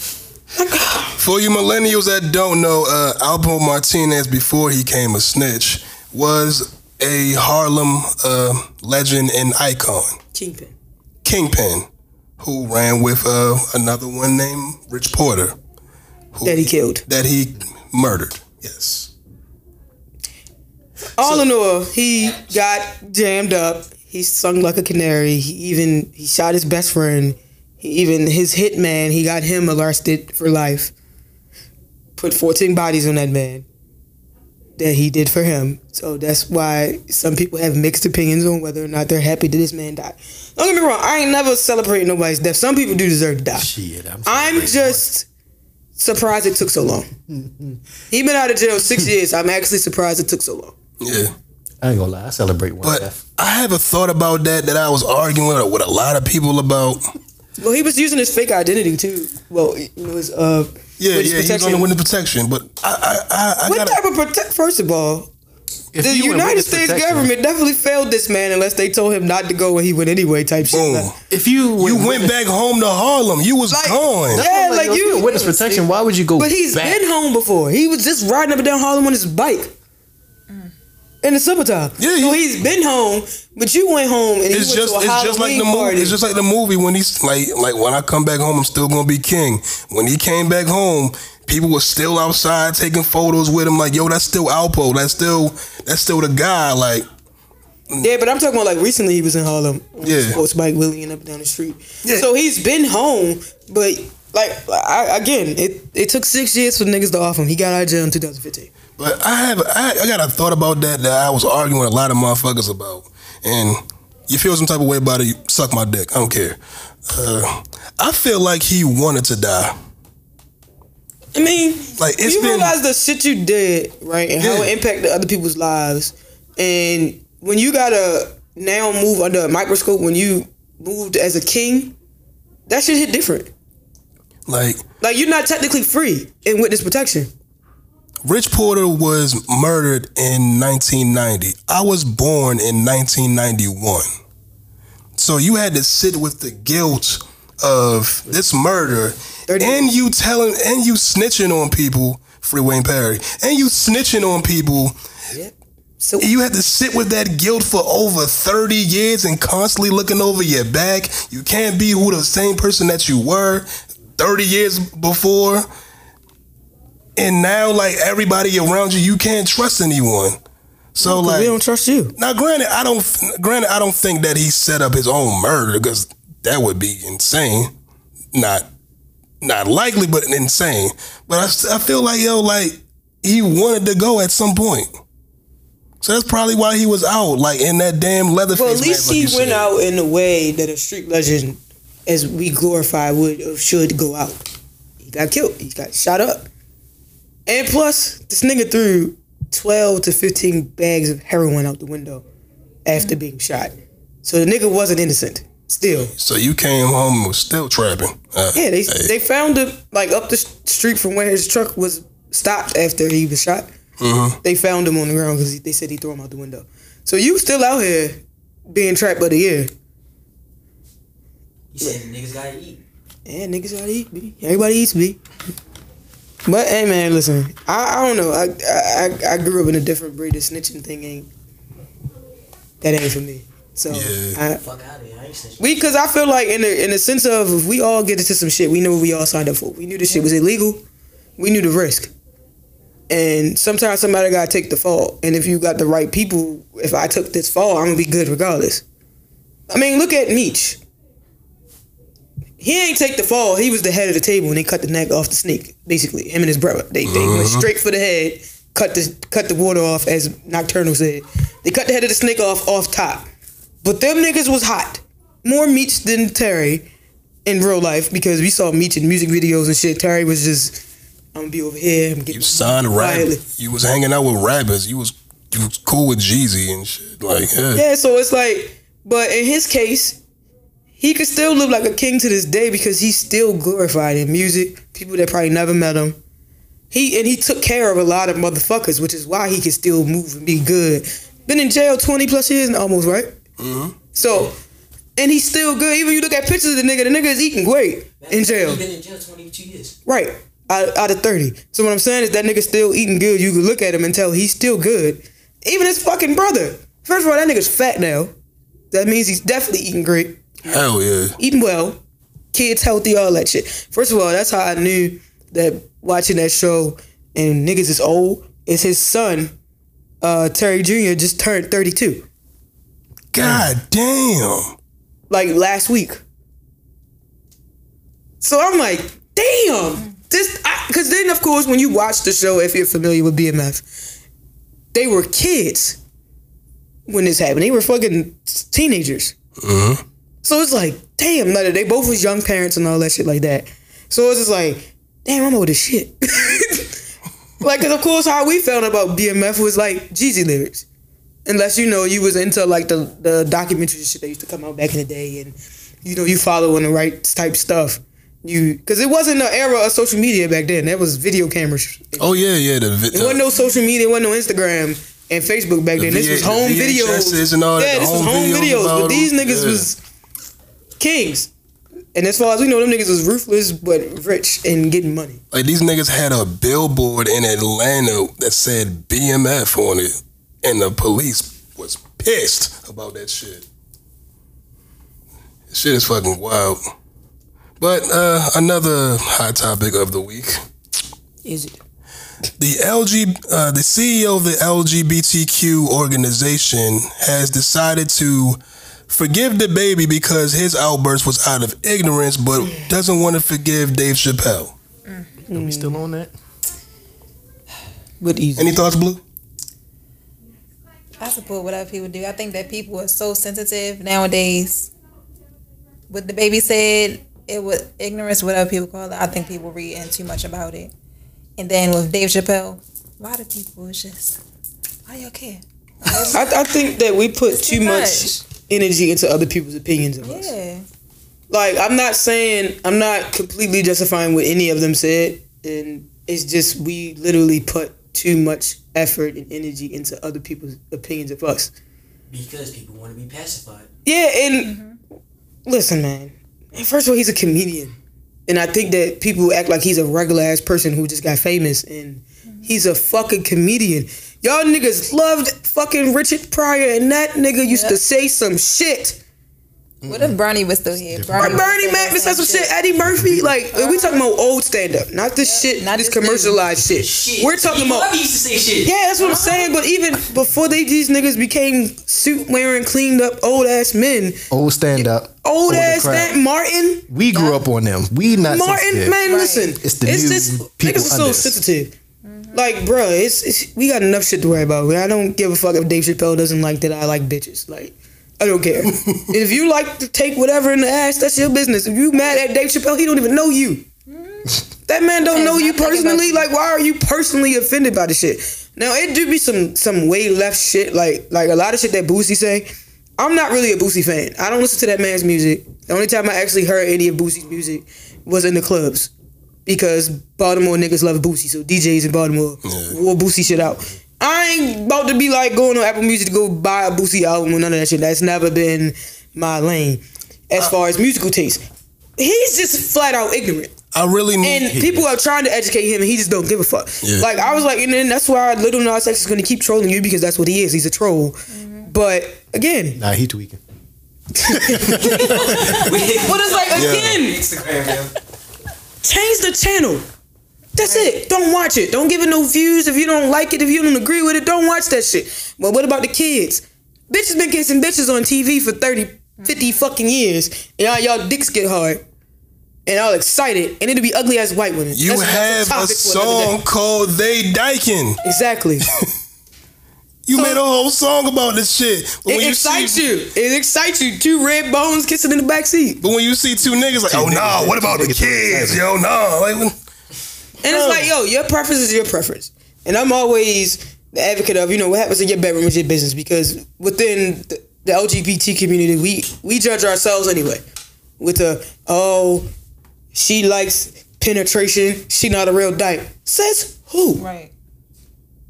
S2: For you millennials that don't know, uh, Alpo Martinez, before he came a snitch, was a Harlem uh, legend and icon.
S1: Kingpin.
S2: Kingpin, who ran with uh, another one named Rich Porter. who-
S1: That he killed.
S2: That he murdered. Yes.
S1: All in all, he got jammed up. He sung like a canary. He even he shot his best friend. He even his hitman. He got him arrested for life. Put fourteen bodies on that man. That he did for him. So that's why some people have mixed opinions on whether or not they're happy that this man died. Don't get me wrong. I ain't never celebrating nobody's death. Some people do deserve to die.
S4: Shit, I'm,
S1: I'm just surprised it took so long. he been out of jail six years. I'm actually surprised it took so long.
S2: Yeah.
S4: I ain't gonna lie, I celebrate one
S2: But
S4: death.
S2: I have a thought about that that I was arguing with a lot of people about.
S1: Well, he was using his fake identity too. Well, it was uh, witness
S2: Yeah, yeah, he's on
S1: protection.
S2: the witness protection, but I, I, I, I
S1: What
S2: gotta.
S1: type of protect? First of all,
S4: If
S1: the
S4: you in
S1: United
S4: witness
S1: States
S4: protection-
S1: government definitely failed this man unless they told him not to go and he went anyway. Type shit.
S2: Boom.
S1: Like,
S4: If you
S2: You went
S4: in witness-
S2: back home to Harlem. You was
S1: Like-
S2: gone.
S1: That- Yeah, like
S4: if
S1: you-
S4: in witness protection. Why would you go?
S1: but he's
S4: back?
S1: been home before. He was just riding up and down Harlem on his bike
S4: Mm.
S1: in the summertime.
S2: Yeah,
S1: so
S2: he-
S1: he's been home, but you went home and
S2: It's
S1: he went
S2: just,
S1: to a
S2: it's
S1: Halloween
S2: just like the
S1: party.
S2: movie. It's just like the movie when he's like, like when I come back home, I'm still gonna be king. When he came back home, people were still outside taking photos with him. Like, yo, that's still Alpo. That's still, that's still the guy. Like,
S1: Yeah, but I'm talking about like recently he was in Harlem. on
S2: Yeah.
S1: Sports bike wheeling up and down the street.
S2: Yeah.
S1: So he's been home, but like I, again, it, it took six years for niggas to off him. He got out of jail in 2015.
S2: But I have I, I got a thought about that that I was arguing with a lot of motherfuckers about, and you feel some type of way about it. You suck my dick. I don't care. Uh, I feel like he wanted to die.
S1: I mean,
S2: Like it's
S1: you
S2: been
S1: realize the shit you did, right, and how
S2: Yeah.
S1: it impacted other people's lives, and when you gotta now move under a microscope, when you moved as a king, that shit hit different.
S2: Like
S1: Like you're not technically free in witness protection.
S2: Rich Porter was murdered in 1990. I was born in 1991. So you had to sit with the guilt of this murder
S1: Thirty-
S2: and you telling and you snitching on people, Free Wayne Perry, and you snitching on people.
S1: So
S2: You had to sit with that guilt for over 30 years and constantly looking over your back. You can't be who the same person that you were 30 years before. And now, like everybody around you, you can't trust anyone. So, like,
S1: we don't trust you.
S2: now, granted, I don't. Granted, I don't think that he set up his own murder because that would be insane. Not, not likely, but insane. But I, s- I feel like yo, like he wanted to go at some point. So that's probably why he was out, like in that damn leather.
S1: Well, at least
S2: mask, like
S1: he
S2: you
S1: went
S2: said.
S1: out in the way that a street legend, as we glorify, would or should go out. He got killed. He got shot up. And plus, this nigga threw twelve to fifteen bags of heroin out the window after being shot. So the nigga wasn't innocent. Still,
S2: So you came home and was still trapping. Uh,
S1: yeah, they
S2: hey.
S1: they found him like up the s- street from where his truck was stopped after he was shot.
S2: Mhm.
S1: They found him on the ground because they said he threw him out the window. So you still out here being trapped by the year.
S8: You said the niggas gotta eat.
S1: Yeah, niggas gotta eat, B. Everybody eats, B. But hey, man, listen. I, I don't know. I, I I- I grew up in a different breed. The snitching thing ain't that ain't for me. So
S2: Yeah.
S1: I,
S8: Fuck out of here. I ain't snitching.
S1: we, cause I feel like in the in the sense of if we all get into some shit, we knew what we all signed up for. We knew this shit was illegal. We knew the risk. And sometimes somebody gotta take the fall. And if you got the right people, if I took this fall, I'm gonna be good regardless. I mean, look at Meech. He ain't take the fall. He was the head of the table, and they cut the neck off the snake. Basically, him and his brother. They, they went straight for the head, cut the cut the water off, as Nocturnal said. They cut the head of the snake off off top. But them niggas was hot. More Meech than Terry in real life because we saw Meech in music videos and shit. Terry was just, I'm gonna be over here. I'm gonna get
S2: You signed
S1: Riley.
S2: rabbit. You was hanging out with rabbits. You was you was cool with Jeezy and shit. Like yeah.
S1: Yeah, so it's like, but in his case, he could still live like a king to this day because he's still glorified in music. People that probably never met him. He and he took care of a lot of motherfuckers, which is why he can still move and be good. Been in jail twenty plus years and almost right. So, and he's still good. Even you look at pictures of the nigga, the nigga is eating great in jail.
S8: He been in jail 22 years.
S1: Right. Out, out of 30. So what I'm saying is that nigga still eating good. You can look at him and tell he's still good. Even his fucking brother. First of all, that nigga's fat now. That means he's definitely eating great,
S2: Hell yeah.
S1: eating well, kids healthy, all that shit. First of all, that's how I knew that watching that show and niggas is old is his son, uh, Terry Jr. just turned 32.
S2: God damn.
S1: like last week. So I'm like, damn, this because then of course when you watch the show, if you're familiar with BMF, they were kids when this happened. They were fucking teenagers. So it's like, damn, like, they both was young parents and all that shit like that. So it's just like, damn, I'm old as shit. like, 'cause of course how we felt about BMF was like Jeezy lyrics unless you know you was into like the the documentary shit that used to come out back in the day, and you know you following the right type stuff. You because it wasn't an era of social media back then. That was video cameras. It
S2: Oh yeah, yeah. The vi-
S1: wasn't no social media. It wasn't no Instagram and Facebook back then. This
S2: V-
S1: was home
S2: the
S1: videos.
S2: VHSs and all that,
S1: yeah,
S2: the
S1: this was
S2: home
S1: home
S2: videos
S1: videos.
S2: about
S1: But these
S2: them.
S1: niggas
S2: Yeah.
S1: was kings. And as far as we know, them niggas was ruthless but rich and getting money.
S2: like these niggas had a billboard in Atlanta that said BMF on it, and the police was pissed about that shit. Shit is fucking wild. But uh, another hot topic of the week:
S1: Is it?
S2: the LG, uh, the CEO of the LGBTQ organization has decided to forgive the baby because his outburst was out of ignorance, but doesn't want to forgive Dave Chappelle.
S7: Are we still on that?
S1: But easy.
S2: Any thoughts, Blue?
S3: I support whatever people do. I think that people are so sensitive nowadays. What the baby said, it was ignorance, whatever people call it. I think people read in too much about it. And then with Dave Chappelle, a lot of people is just, why y'all care?
S1: I, I think that we put too
S3: too
S1: much energy into other people's opinions of us.
S3: Yeah.
S1: like I'm not saying I'm not completely justifying what any of them said, and it's just we literally put too much effort and energy into other people's opinions of us.
S8: Because people want to be pacified.
S1: Yeah, and listen, man. First of all, he's a comedian, and I think that people act like he's a regular ass person who just got famous, and he's a fucking comedian. Y'all niggas loved fucking Richard Pryor, and that nigga used to say some shit.
S3: What if Bernie was still here?
S1: Bernie,
S3: Bernie,
S1: Bernie Mac just said some shit. Eddie Murphy, like we talking about old stand up, not this shit, not
S3: not
S1: this
S3: this new.
S1: commercialized shit.
S8: Shit.
S1: We're talking
S8: Steve
S1: about
S8: Harvey used to say shit.
S1: yeah, that's what I'm saying. But even before they these niggas became suit wearing, cleaned up old ass men,
S4: Old Oh, stand up.
S1: old
S4: Older
S1: ass
S4: crowd.
S1: that Martin,
S4: We grew up on them. We not
S1: Martin,
S4: sensitive.
S1: man,
S3: Right.
S1: listen,
S4: It's the new
S1: niggas are
S4: people
S1: so
S4: under us.
S1: sensitive. Like, bruh, it's, it's we got enough shit to worry about. I don't give a fuck if Dave Chappelle doesn't like that I like bitches. Like, I don't care. if you like to take whatever in the ass, that's your business. If you mad at Dave Chappelle, he don't even know you. That man don't
S3: Hey,
S1: know
S3: my
S1: you
S3: fucking
S1: personally.
S3: monkey.
S1: Like, why are you personally offended by the shit? Now it do be some some way left shit. Like like a lot of shit that Boosie say. I'm not really a Boosie fan. I don't listen to that man's music. The only time I actually heard any of Boosie's music was in the clubs because Baltimore niggas love Boosie. So DJs in Baltimore wore Boosie shit out. I ain't about to be like going on Apple Music to go buy a Boosie album or none of that shit. That's never been my lane as far as musical taste. He's just flat out ignorant
S2: I really need.
S1: and people are trying to educate him, and he just don't give a fuck.
S2: Yeah.
S1: Like I was like, and then that's why Little Nas X is going to keep trolling you because that's what he is. He's a troll. But again,
S4: Nah, he tweaking.
S1: what is like again?
S8: Instagram, yo.
S1: Change the channel. That's it. Don't watch it. Don't give it no views if you don't like it. If you don't agree with it, don't watch that shit. But what about the kids? Bitches been kissing bitches on TV for 30, 50 fucking years, and all y'all dicks get hard. And all excited, and it'll be ugly as white women.
S2: You
S1: That's-
S2: have
S1: that's
S2: a
S1: topic for another day.
S2: song called "They Dyking."
S1: Exactly.
S2: You made a whole song about this shit. But
S1: It
S2: you
S1: excites
S2: see,
S1: you. It excites you. Two red bones kissing in the back seat,
S2: But when you see two niggas like, oh nah, what about the kids? Yo nah, like when-
S1: and it's like, yo, your preference is your preference, and I'm always the advocate of, you know, what happens in your bedroom is your business because within the, the LGBT community, we we judge ourselves anyway. With a oh, she likes penetration. She not a real dyke. Says who?
S3: Right.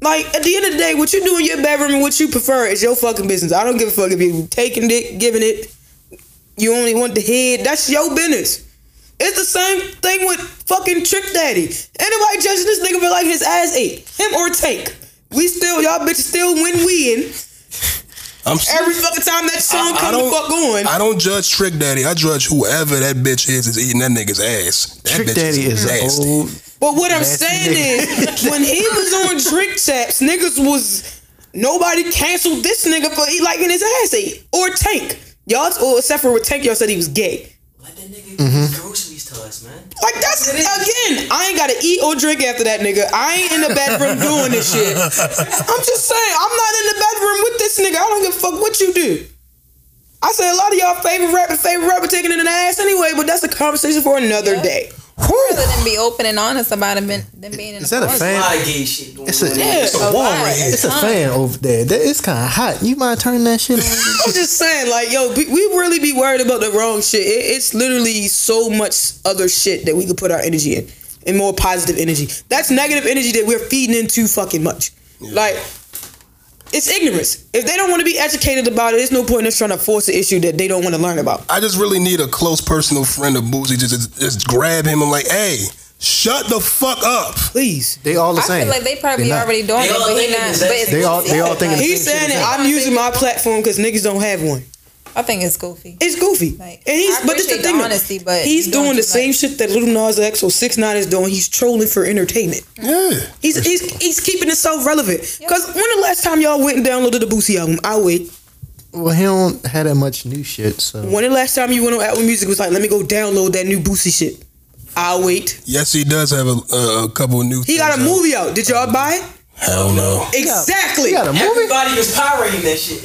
S1: Like at the end of the day, what you do in your bedroom and what you prefer is your fucking business. I don't give a fuck if you taking it, giving it. You only want the head. That's your business. It's the same thing with fucking Trick Daddy. Anybody judging this nigga for like his ass ate him or Tank? We still y'all bitches still win win
S2: I'm
S1: every fucking time that song come the fuck on.
S2: I don't judge Trick Daddy. I judge whoever that bitch is is eating that nigga's ass. That
S4: Trick
S2: bitch
S4: Daddy is
S2: nasty.
S4: old.
S1: But what I'm saying is, when he was on Drink Chaps, niggas was nobody canceled this nigga for he liking his ass ate or Tank. Y'all, or except for with Tank, y'all said he was gay.
S8: Let that nigga
S4: Mm-hmm.
S8: give groceries to us, man.
S1: Like that's again, I ain't gotta eat or drink after that nigga. I ain't in the bedroom doing this shit. I'm just saying, I'm not in the bedroom with this nigga. I don't give a fuck what you do. I say a lot of y'all favorite rapper, favorite rapper taking it in the ass anyway, but that's a conversation for another day.
S3: Rather than be open and honest about it than than being in
S4: Is that a
S8: A
S4: fan?
S8: lot of gay shit going
S4: It's
S8: on.
S4: a,
S1: Yeah,
S4: it's a
S1: a
S4: wall
S3: lot.
S4: right here. It's a
S3: Huh.
S4: fan over there. That, it's kind of hot. You mind turning that shit on?
S1: I'm just saying, like, yo, we we really be worried about the wrong shit. It, it's literally so much other shit that we could put our energy in, and more positive energy. That's negative energy that we're feeding in too fucking much. Like, it's ignorance. If they don't want to be educated about it, there's no point in us trying to force an issue that they don't want to learn about.
S2: I just really need a close personal friend of Boozy to just, just grab him. I'm like, hey, shut the fuck up.
S1: Please.
S4: They all the
S3: I
S4: same.
S3: feel like they probably
S4: They're not.
S3: already doing
S8: They
S3: it,
S8: all
S3: but he
S8: thinking
S3: not.
S8: the
S3: But
S8: same
S3: it's,
S4: They all they all thinking. the
S1: He's
S4: same shit
S1: saying
S4: as
S1: that
S4: us.
S1: I'm using my platform because niggas don't have one.
S3: I think it's goofy.
S1: It's goofy.
S3: Like,
S1: and he's
S3: I
S1: but it's the
S3: appreciate
S1: thing.
S3: the
S1: though.
S3: honesty, but
S1: he's
S3: you don't
S1: doing the
S3: do
S1: same
S3: like-
S1: shit that Little Nas X or Six Nine is doing. He's trolling for entertainment.
S2: Yeah.
S1: He's he's, he's keeping himself relevant. Cause when the last time y'all went and downloaded the Boosie album? I wait.
S4: Well, he don't have that much new shit. So
S1: When the last time you went on Apple Music was like, let me go download that new Boosie shit. I wait.
S2: Yes, he does have a, a, a couple of new.
S1: He got a
S2: things out.
S1: movie out. Did y'all buy it?
S2: Hell no.
S1: Exactly.
S4: he got a movie.
S8: Everybody was power rating that shit.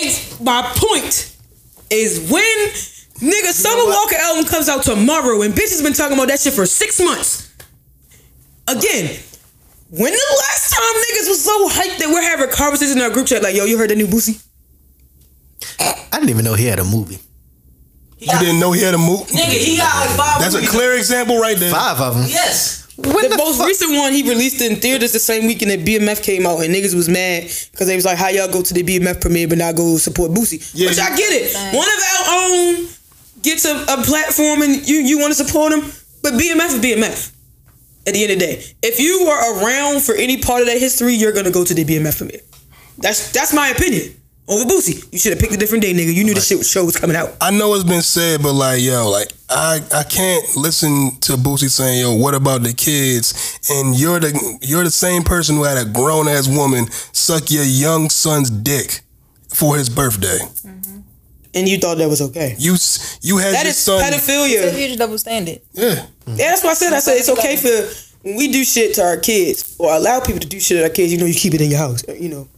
S1: Ex- my point is when nigga Summer Walker album comes out tomorrow, and bitches been talking about that shit for six months. Again, when the last time niggas was so hyped that we're having conversations in our group chat like, yo, you heard the new Boosie?
S4: I didn't even know he had a movie.
S8: He
S2: You
S8: got-
S2: didn't know he had a moot?
S8: Nigga, he got like five.
S2: That's a
S8: movies.
S2: clear example right there.
S4: Five of them.
S8: Yes.
S1: the, most recent one he released in theaters the same weekend that BMF came out, and niggas was mad because they was like, "How y'all go to the BMF premiere but not go support Boosie?"
S2: Yeah,
S1: Which
S2: you-
S1: I get it. One of our own gets a, a platform, and you you want to support him, but BMF is BMF. At the end of the day, if you were around for any part of that history, you're gonna go to the BMF premiere. That's that's my opinion. Over Boosie, you should have picked a different day, nigga. You knew the shit show was coming out.
S2: I know it's been said, but like, yo, like I I can't listen to Boosie saying, yo, what about the kids? And you're the you're the same person who had a grown ass woman suck your young son's dick for his birthday.
S1: And you thought that was okay.
S2: You s- you had
S1: That
S2: your
S1: is
S2: son.
S1: pedophilia.
S3: It's a huge double standard.
S2: Yeah.
S1: Yeah, that's why I said I said it's okay for when we do shit to our kids or allow people to do shit to our kids. You know, you keep it in your house. uh, You know,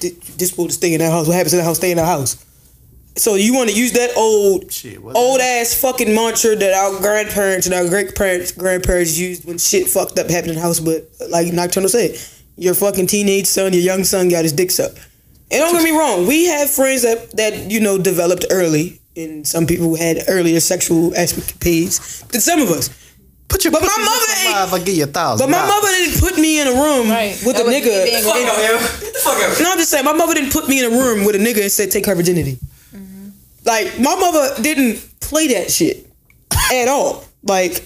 S1: Th- this will stay in that house. What happens in the house stay in the house. So you want to use that old
S4: Shit, what the-
S1: old ass fucking mantra that our grandparents and our great parents grandparents used when shit fucked up happened in the house. But uh, like Nocturnal said, your fucking teenage son, your young son got his dick sucked. And don't get me wrong, we have friends that that you know developed early, and some people had earlier sexual escapades than some of us.
S4: Put your
S1: But my
S4: pussy
S1: mother
S4: in
S1: ain't-
S4: five, I'll give you a thousand.
S1: But my
S4: Nah.
S1: mother didn't put me in a room
S3: Right.
S1: with
S3: That
S1: a
S3: was me being
S1: nigga.
S8: Fuck up, yo. Get the fuck up.
S1: No, I'm just saying, my mother didn't put me in a room with a nigga and said take her virginity.
S3: Mm-hmm.
S1: Like my mother didn't play that shit at all. Like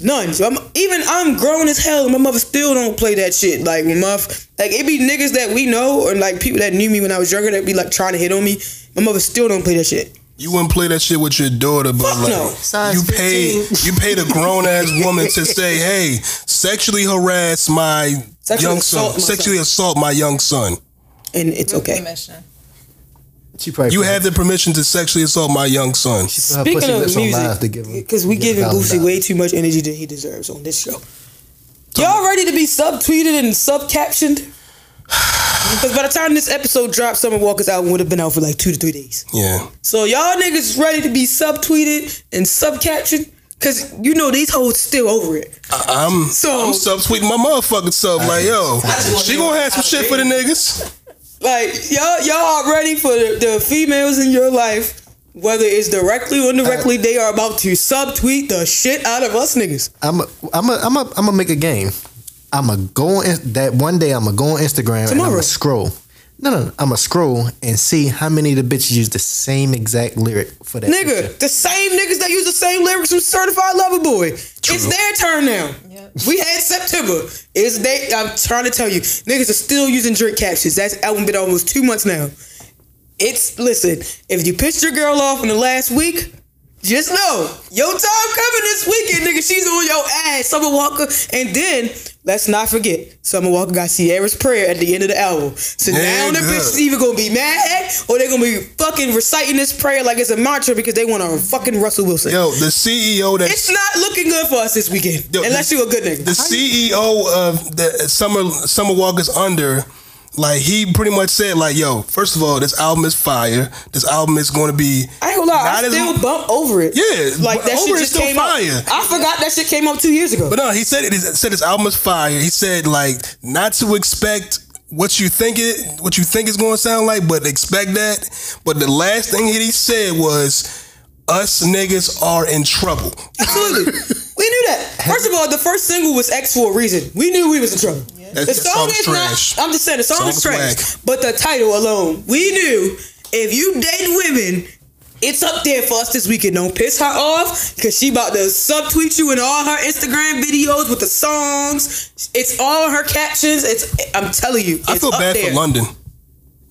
S1: none. So I'm, even I'm grown as hell, and my mother still don't play that shit. Like when my f- like it be niggas that we know or like people that knew me when I was younger that be like trying to hit on me. My mother still don't play that shit.
S2: You wouldn't play that shit with your daughter, but
S1: Fuck
S2: like
S1: no.
S4: Size
S2: you paid
S4: 15.
S2: you paid a grown ass woman to say, "Hey, sexually harass my
S1: Sexually
S2: young son,
S1: assault my son.
S2: sexually assault my young son."
S1: And it's okay.
S3: Permission.
S4: She probably
S2: You had the permission to sexually assault my young son.
S4: She put her pussy
S1: Speaking of
S4: lips on live to
S1: music,
S4: give him.
S1: because we
S4: to give
S1: giving
S4: a thousand
S1: Boosie
S4: dollars.
S1: way too much energy that he deserves on this show. Y'all ready to be subtweeted and subcaptioned? Because by the time this episode drops, Summer Walker's album would have been out for like two to three days.
S2: Yeah.
S1: So y'all niggas ready to be subtweeted and subcaptioned? Because you know these hoes still over it.
S2: I- I'm
S1: So-
S2: I'm subtweeting my motherfucking sub. Like, yo,
S8: just want
S2: she
S8: you
S2: gonna
S8: to
S2: have some
S8: have
S2: shit
S8: a
S2: for the niggas.
S1: Like y'all, y'all are ready for the, the females in your life, whether it's directly or indirectly,
S4: Uh,
S1: they are about to subtweet the shit out of us niggas.
S4: I'm a, I'm a, I'm a, I'm gonna make a game. I'm gonna go on in, that one day. I'm gonna go on Instagram and I'm
S1: Tomorrow.
S4: gonna scroll. No, no, no. I'm gonna scroll and see how many of the bitches use the same exact lyric for that. picture.
S1: Nigga, the same niggas that use the same lyrics from Certified Lover Boy. It's their turn now.
S3: Yep.
S1: We had September. It's they. I'm trying to tell you, niggas are still using drink captions. That's album been almost two months now. It's listen. If you pissed your girl off in the last week, just know your time coming this weekend, nigga. She's on your ass, Summer Walker. And then let's not forget, Summer Walker got Sierra's prayer at the end of the album. So now the
S2: Nigga.
S1: bitches either gonna be mad or they're gonna be fucking reciting this prayer like it's a mantra because they want to fucking Russell Wilson.
S2: Yo, the CEO that
S1: It's not looking good for us this weekend
S2: Yo,
S1: unless
S2: the-
S1: you a good nigga.
S2: the CEO of the Summer Summer Walker's under, like he pretty much said, like, yo, first of all, this album is fire. This album is going to be
S1: I ain't gonna lie,
S2: Not
S1: I
S2: as-
S1: still bump over it.
S2: Yeah,
S1: like that
S2: over
S1: shit
S2: it's
S1: just
S2: still
S1: came
S2: fire.
S1: up. I forgot that shit came up two years ago.
S2: But no, he said it. He said his album is fire. He said like not to expect what you think it, what you think it's going to sound like, but expect that. But the last thing that he said was, "Us niggas are in trouble."
S1: Absolutely, we knew that. First of all, the first single was X for a reason. We knew we was in trouble. The
S2: That- that
S1: song
S2: song's
S1: is
S2: trash.
S1: not. I'm just saying the song
S2: Song's
S1: is trash,
S2: whack.
S1: but the title alone, we knew if you date women. It's up there for us this weekend. Don't piss her off because she about to subtweet you in all her Instagram videos with the songs. It's all her captions. It's I'm telling you.
S2: I
S1: it's
S2: feel
S1: up
S2: bad
S1: there.
S2: for London.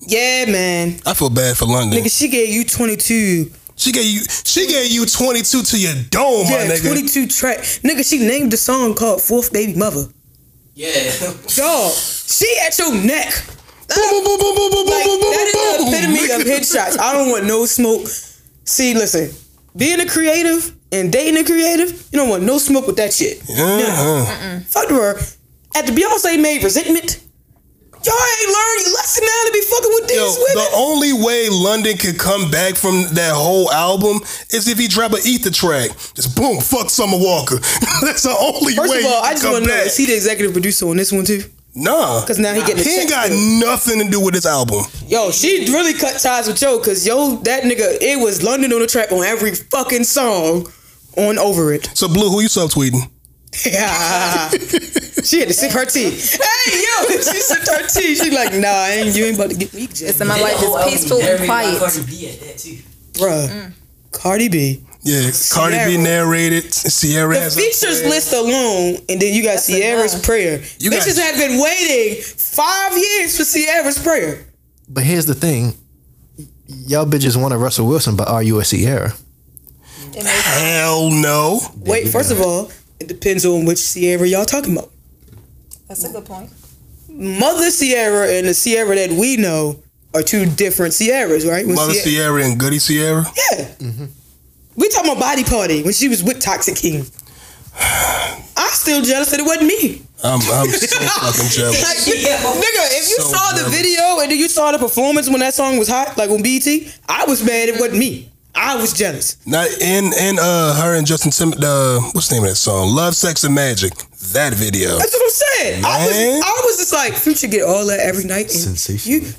S1: Yeah, man.
S2: I feel bad for London.
S1: Nigga, she gave you 22.
S2: She gave you, she gave you twenty two to your dome,
S1: Yeah,
S2: my nigga.
S1: 22 track. Nigga, she named the song called Fourth Baby Mother.
S8: Yeah.
S1: Dog, she at your neck.
S2: Boom, boom, boom, boom, boom, boom,
S1: Like,
S2: boom, boom,
S1: that is
S2: boom,
S1: the epitome of headshots. I don't want no smoke. See, listen, being a creative and dating a creative, you don't want no smoke with that shit.
S2: Uh-huh.
S1: Fuck her. At the Beyonce made resentment. Y'all ain't learned your lesson now to be fucking with these
S2: Yo, the
S1: women.
S2: only way London could come back from that whole album is if he drop an ether track. Just boom, fuck Summer Walker. That's the only
S1: First
S2: way.
S1: of all,
S2: he
S1: I
S2: could
S1: just
S2: come
S1: want to know
S2: back.
S1: is he the executive producer on this one too?
S2: Nah.
S1: Cause now he getting a
S2: He ain't
S1: check
S2: got
S1: bill.
S2: nothing to do with this album.
S1: Yo, she really cut ties with Joe because yo, that nigga, it was London on the track on every fucking song on Over It.
S2: So Blue, who you subtweeting?
S1: Yeah. she had to sip her tea. Hey, yo, she sipped her tea. She like, nah, I ain't, you ain't about to get me, Jay.
S3: It's in my life is peaceful and quiet.
S8: Cardi B at that too.
S1: Bruh. Cardi B.
S2: Yeah, Cardi B
S1: Sierra.
S2: narrated. Sierra
S1: The
S2: has a-
S1: features list alone, and then you got Sierra's
S3: enough.
S1: prayer.
S2: You got-
S1: Bitches have been waiting five years for Sierra's prayer.
S4: But here's the thing. Y'all bitches want a Russell Wilson, but are you a Sierra?
S2: Hell no.
S1: Wait, first of all, it depends on which Sierra y'all talking about.
S3: That's a good point.
S1: Mother Sierra and the Sierra that we know are two different Sierras, right? When
S2: Mother
S1: Sier-
S2: Sierra and Goody Sierra.
S1: Yeah.
S2: Mm-hmm.
S1: We talking about body party when she was with Toxic King. I'm still jealous that it wasn't me.
S2: I'm, I'm so fucking jealous.
S1: Like, you- Nigga, if you
S2: So
S1: saw the
S2: jealous.
S1: video and then you saw the performance when that song was hot, like on BT, I was mad it wasn't me. I was jealous.
S2: Not in and uh her and Justin Tim uh what's the name of that song? Love, Sex and Magic. That video.
S1: That's what I'm saying. I was,
S2: Man.
S1: I was just like, Future get all that every night. and
S4: Sensational.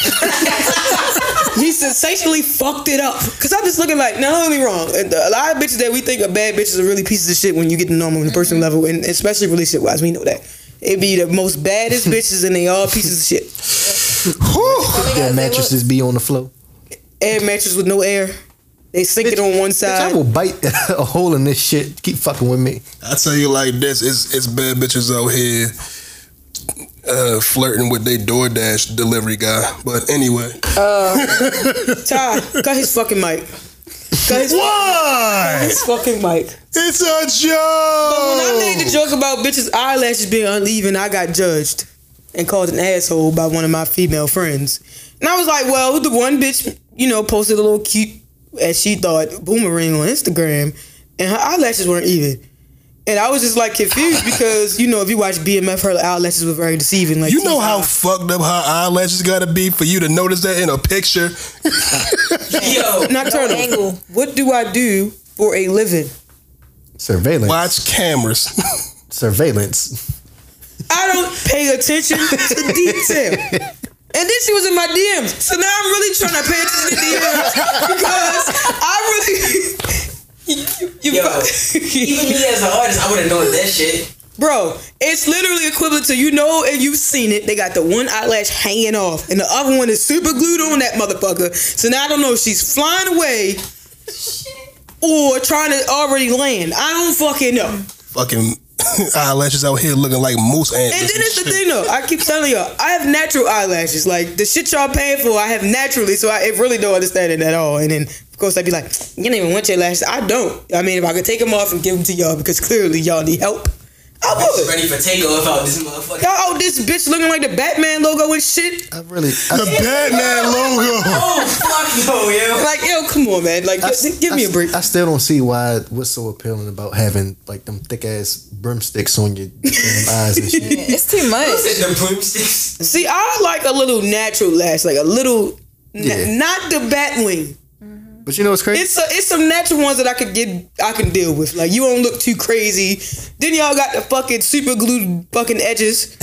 S1: You, he sensationally fucked it up. Cause I'm just looking like, no, don't get me wrong. A lot of bitches that we think are bad bitches are really pieces of shit when you get to know them on the personal
S4: Mm-hmm.
S1: level, and especially relationship wise, we know that. It be the most baddest bitches, and they all pieces of shit.
S4: That mattresses be on the floor.
S1: Air mattress with no air. They sink it on one
S4: Bitch, I
S1: side.
S4: will bite a hole in this shit. Keep fucking with me.
S2: I tell you like this, it's it's bad bitches out here uh flirting with their DoorDash delivery guy. But anyway.
S1: Ty, cut his fucking mic. Cut his,
S2: Why?
S1: his fucking mic.
S2: It's a
S1: When I made the
S2: joke.
S1: joke about bitches' eyelashes being uneven, I got judged and called an asshole by one of my female friends. And I was like, well, the one bitch, you know, posted a little cute, as she thought, boomerang on Instagram, and her eyelashes weren't even. And I was just like confused because, you know, if you watch BMF, her eyelashes were very deceiving. Like
S2: You know how fucked up her eyelashes gotta be for you to notice that in a picture.
S8: Yo,
S1: nocturnal.
S3: Angle.
S1: What do I do for a living?
S4: Surveillance.
S2: Watch cameras.
S4: Surveillance.
S1: I don't pay attention to detail. And then she was in my DMs. So now I'm really trying to pay attention to DMs because I really. You, you,
S8: Yo. even me as an artist, I would have known that shit.
S1: Bro, it's literally equivalent to you know and you've seen it. They got the one eyelash hanging off, and the other one is super glued on that motherfucker. So now I don't know if she's flying away or trying to already land. I don't fucking know.
S2: Fucking eyelashes out here looking like moose antlers.
S1: And then
S2: and
S1: it's the
S2: shit.
S1: thing though. I keep telling y'all, I have natural eyelashes. Like the shit y'all paying for, I have naturally. So I it really don't understand it at all. And then of course I'd be like, you don't even want your lashes. I don't. I mean, if I could take them off and give them to y'all because clearly y'all need help, I
S8: Bitch,
S1: would.
S8: ready for takeoff out this motherfucker.
S1: Y'all owe this bitch looking like the Batman logo and shit.
S4: I really. I,
S2: The Batman logo.
S8: Oh fuck no, yo.
S1: Like yo, come on, man. Like
S4: I-
S1: give, give me a
S4: I-
S1: break.
S4: I still don't see why what's so appealing about having like them thick ass broomsticks on your damn eyes and shit.
S3: It's too much.
S8: Said the broomsticks.
S1: See, I like a little natural lash, like a little, n-
S4: Yeah.
S1: not the Batwing.
S4: But you know what's crazy?
S1: It's a, it's some natural ones that I could get I can deal with. Like you don't look too crazy. Then y'all got the fucking super glued fucking edges.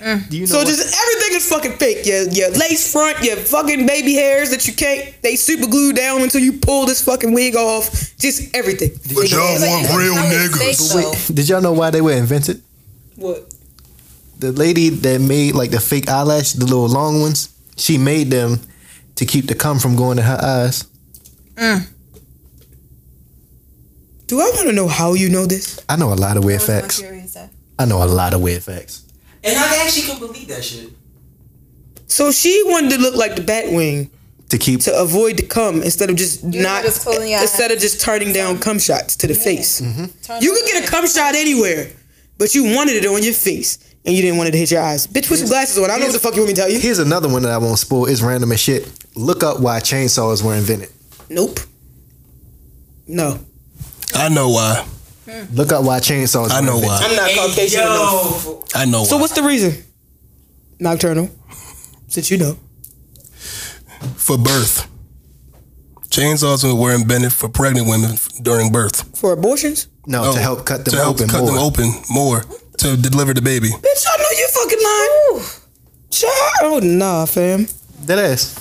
S4: Do you know
S1: So
S4: what?
S1: just everything is fucking fake. Your your lace front, your fucking baby hairs that you can't they super glued down until you pull this fucking wig off. Just everything.
S2: But y'all want real niggas.
S4: Did y'all know why they were invented?
S1: What?
S4: The lady that made like the fake eyelash, the little long ones, she made them to keep the cum from going in her eyes.
S1: Do I want to know how you know this?
S4: I know a lot of weird facts. I know a lot of weird facts.
S8: And I actually can believe that shit.
S1: So she wanted to look like the Batwing
S4: To keep
S1: to avoid the cum instead of just not
S3: just closing your eyes.
S1: instead of just turning down cum shots to the face. You could get a cum shot anywhere, but you wanted it on your face and you didn't want it to hit your eyes. Bitch, put some glasses on. I don't know what the fuck you want me to tell you.
S4: Here's another one that I won't spoil. It's random as shit. Look up why chainsaws were invented.
S1: Nope. No.
S2: I know why.
S4: Look up why chainsaws.
S2: I
S4: were
S2: know
S4: invented.
S2: why.
S1: I'm not
S8: Hey,
S1: Caucasian enough.
S8: yo,
S2: I know why.
S1: So what's the reason? Nocturnal. Since you know.
S2: for birth? Chainsaws were invented for pregnant women during birth
S1: For abortions?
S4: No,
S2: Oh,
S4: to help cut them
S2: to help
S4: open
S2: cut
S4: more.
S2: them open more to deliver the baby.
S1: Bitch, I know you fucking lying. Child, nah, fam.
S4: That ass.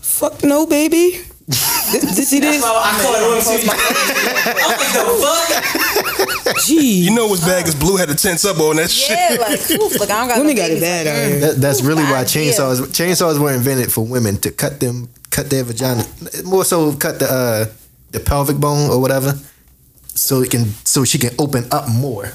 S1: Fuck no, baby. this, this, it
S8: That's
S1: is.
S8: why I called it on TV. I'm like, the fuck?
S1: Gee,
S2: You know what's bad is Blue had to tense up on that
S3: Yeah,
S2: shit.
S3: like, oof, like I don't got
S1: women
S3: no
S1: got it
S3: babies.
S1: bad out here.
S4: That, that's
S3: Ooh,
S4: really why
S3: God, yeah.
S4: chainsaws chainsaws were invented for women to cut them cut their vagina more so cut the uh the pelvic bone or whatever so it can so she can open up more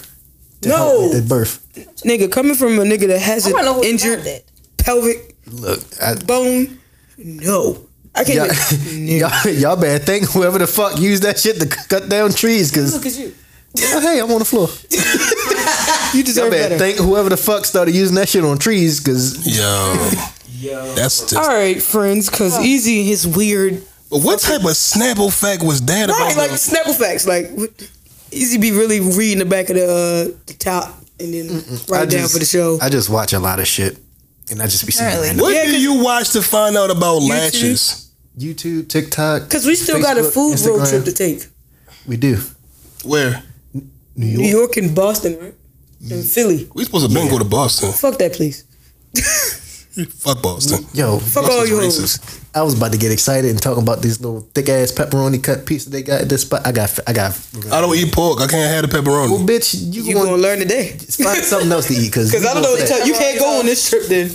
S4: to help
S1: No.
S4: with the birth.
S1: Nigga, coming from a nigga that has
S3: I don't know
S1: an
S3: who
S1: injured
S3: injured
S1: pelvic
S4: Look, I,
S1: bone, no. I
S4: y'all,
S1: can't. even- Nigga.
S4: y'all, y'all better thank whoever the fuck used that shit to c- cut down trees because
S1: Look at you.
S4: hey, I'm on the floor.
S1: You
S4: Y'all
S1: deserve
S4: better
S1: better.
S4: thank whoever the fuck started using that shit on trees because
S2: Yo,
S8: Yo.
S2: that's just.
S1: All right, friends, because Easy and his weird.
S2: But what type of snapple fact was that about?
S1: Right, like Snapple facts. Like, what, Easy be really reading the back of the, uh, the top and then write
S4: I
S1: it down
S4: just,
S1: for the show.
S4: I just watch a lot of shit and I just be seeing
S3: Apparently.
S4: random-
S2: what
S1: Yeah,
S2: do
S1: 'cause-
S2: you watch to find out about latches?
S4: YouTube, TikTok.
S1: Because we still got a
S4: Facebook,
S1: food road
S4: Instagram.
S1: trip to take.
S4: We do.
S2: Where
S4: New
S1: New
S4: York.
S1: York and Boston, right? And
S4: Mm.
S1: Philly.
S2: we supposed to been go to Boston?
S1: Fuck that, please.
S2: Fuck Boston.
S4: Yo,
S1: Fuck all
S2: Boston's
S1: you hoes.
S2: racist.
S4: I was about to get excited and talking about these little thick ass pepperoni cut pieces they got at this spot. I got, I got.
S2: I don't eat pork. I can't have the
S4: Well,
S2: pepperoni.
S4: bitch, you,
S1: You
S4: gonna
S1: gonna learn today?
S4: find something else to eat because
S1: Because I don't know what to tell you. You can't go on this trip then.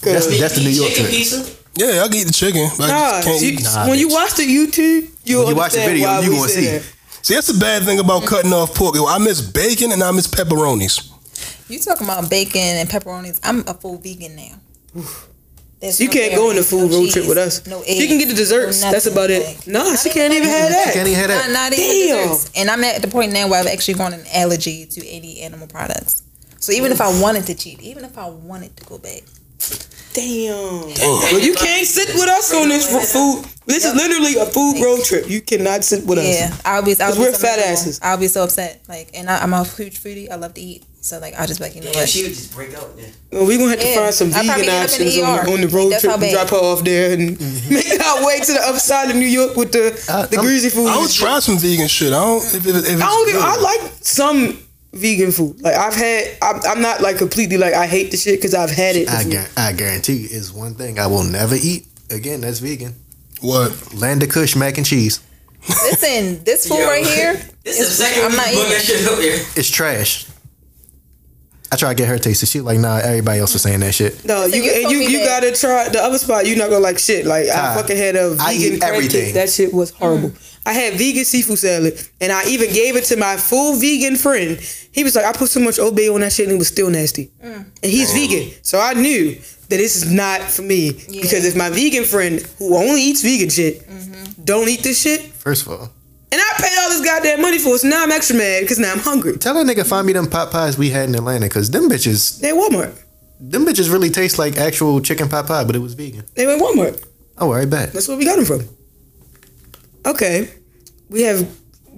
S1: 'Cause-
S4: That's, that's the New York
S8: Chicken
S4: trip.
S8: pizza?
S2: Yeah, I can eat the chicken. but I
S1: Nah,
S2: just can't
S1: you-
S2: eat-
S4: nah,
S1: when you
S4: bitch.
S1: watch the YouTube, you'll
S4: When you watch the
S1: understand
S4: video,
S1: why
S4: you
S1: we
S4: gonna
S1: said
S4: see.
S1: that.
S2: See, that's the bad thing about cutting off pork. Yo, I miss bacon and I miss pepperonis.
S3: You talking about bacon and pepperonis? I'm a full vegan now. There's
S1: You
S3: no
S1: can't go on a
S3: dairy,
S1: food
S3: no
S1: road
S3: cheese,
S1: trip with us.
S3: No eggs,
S1: she can get the desserts.
S3: no
S1: That's
S3: nothing,
S1: about it.
S3: like-
S1: Nah, she
S3: Not
S1: can't even have
S4: You can't
S1: that.
S4: even have
S3: Not,
S4: that.
S3: not even
S1: Damn.
S3: desserts. And I'm at the point now where I've actually grown an allergy to any animal products. So even if I wanted to cheat, even if I wanted to go back,
S1: Damn. Well, you can't sit with us on this ro- food. This is literally a food road trip. You cannot sit with us.
S3: yeah, I'll be. I'll
S1: 'Cause
S3: be
S1: we're
S3: so
S1: fat
S3: miserable.
S1: asses.
S3: I'll be so upset. Like, and I, I'm a huge foodie. I love to eat. So like, I'll just be like, you know
S8: Yeah,
S3: what?
S8: she would just break out then.
S1: Well, we're gonna have to
S3: Yeah.
S1: find some
S3: I'll probably
S1: vegan
S3: end up in
S1: options
S3: the
S1: on,
S3: ER.
S1: on the road
S3: That's
S1: trip.
S3: how
S1: and
S3: bad. Mm-hmm.
S1: Drop her off there and make our way to the other side of New York with the
S4: I-
S1: the
S4: Uh, I'm-
S1: greasy food.
S2: I would try some vegan shit. I don't. If, it- if it's
S1: I don't think,
S2: good.
S1: I like some vegan food. Like I've had, I'm, I'm not like completely like I hate the shit because I've had it.
S4: I,
S1: before.
S4: guar- I guarantee you, is one thing I will never eat again. That's vegan.
S2: what.
S4: Landa Kush mac and cheese.
S3: Listen, this food
S8: Yo,
S3: right here.
S8: This is the
S3: it's-
S8: second
S3: I'm
S8: week
S3: not
S8: you put
S3: eating.
S8: that shit up here.
S4: It's trash. I try to get her tasted. She like, nah. Everybody else was saying that shit.
S1: No, you
S3: you
S1: and
S3: told
S1: you
S3: me
S1: you
S3: that-
S1: gotta try the other spot. You're not gonna like shit. Like I
S4: Ty,
S1: fucking had a vegan
S4: I eat
S1: crab cake.
S4: everything.
S1: That shit was horrible. I had vegan seafood salad, and I even gave it to my full vegan friend. He was like, "I put so much obey on that shit, and it was still nasty." And he's vegan, so I knew that this is not for me
S3: Yeah.
S1: because if my vegan friend who only eats vegan shit don't eat this shit,
S4: First of all,
S1: and I paid all this goddamn money for it, so now I'm extra mad because now I'm hungry.
S4: tell that nigga find me them pot pies we had in Atlanta because them bitches
S1: They at Walmart.
S4: Them bitches really taste like actual chicken pot pie, but it was vegan.
S1: They were at Walmart.
S4: Oh, I bet.
S1: That's where we got them from. Okay, we have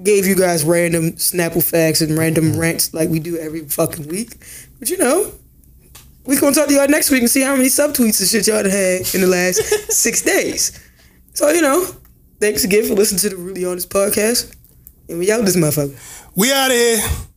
S1: gave you guys random Snapple facts and random rants like we do every fucking week, but you know, we gonna talk to y'all next week and see how many subtweets and shit y'all done had in the last six days. So you know, thanks again for listening to the Really Honest podcast, and we out this motherfucker.
S2: We out of here.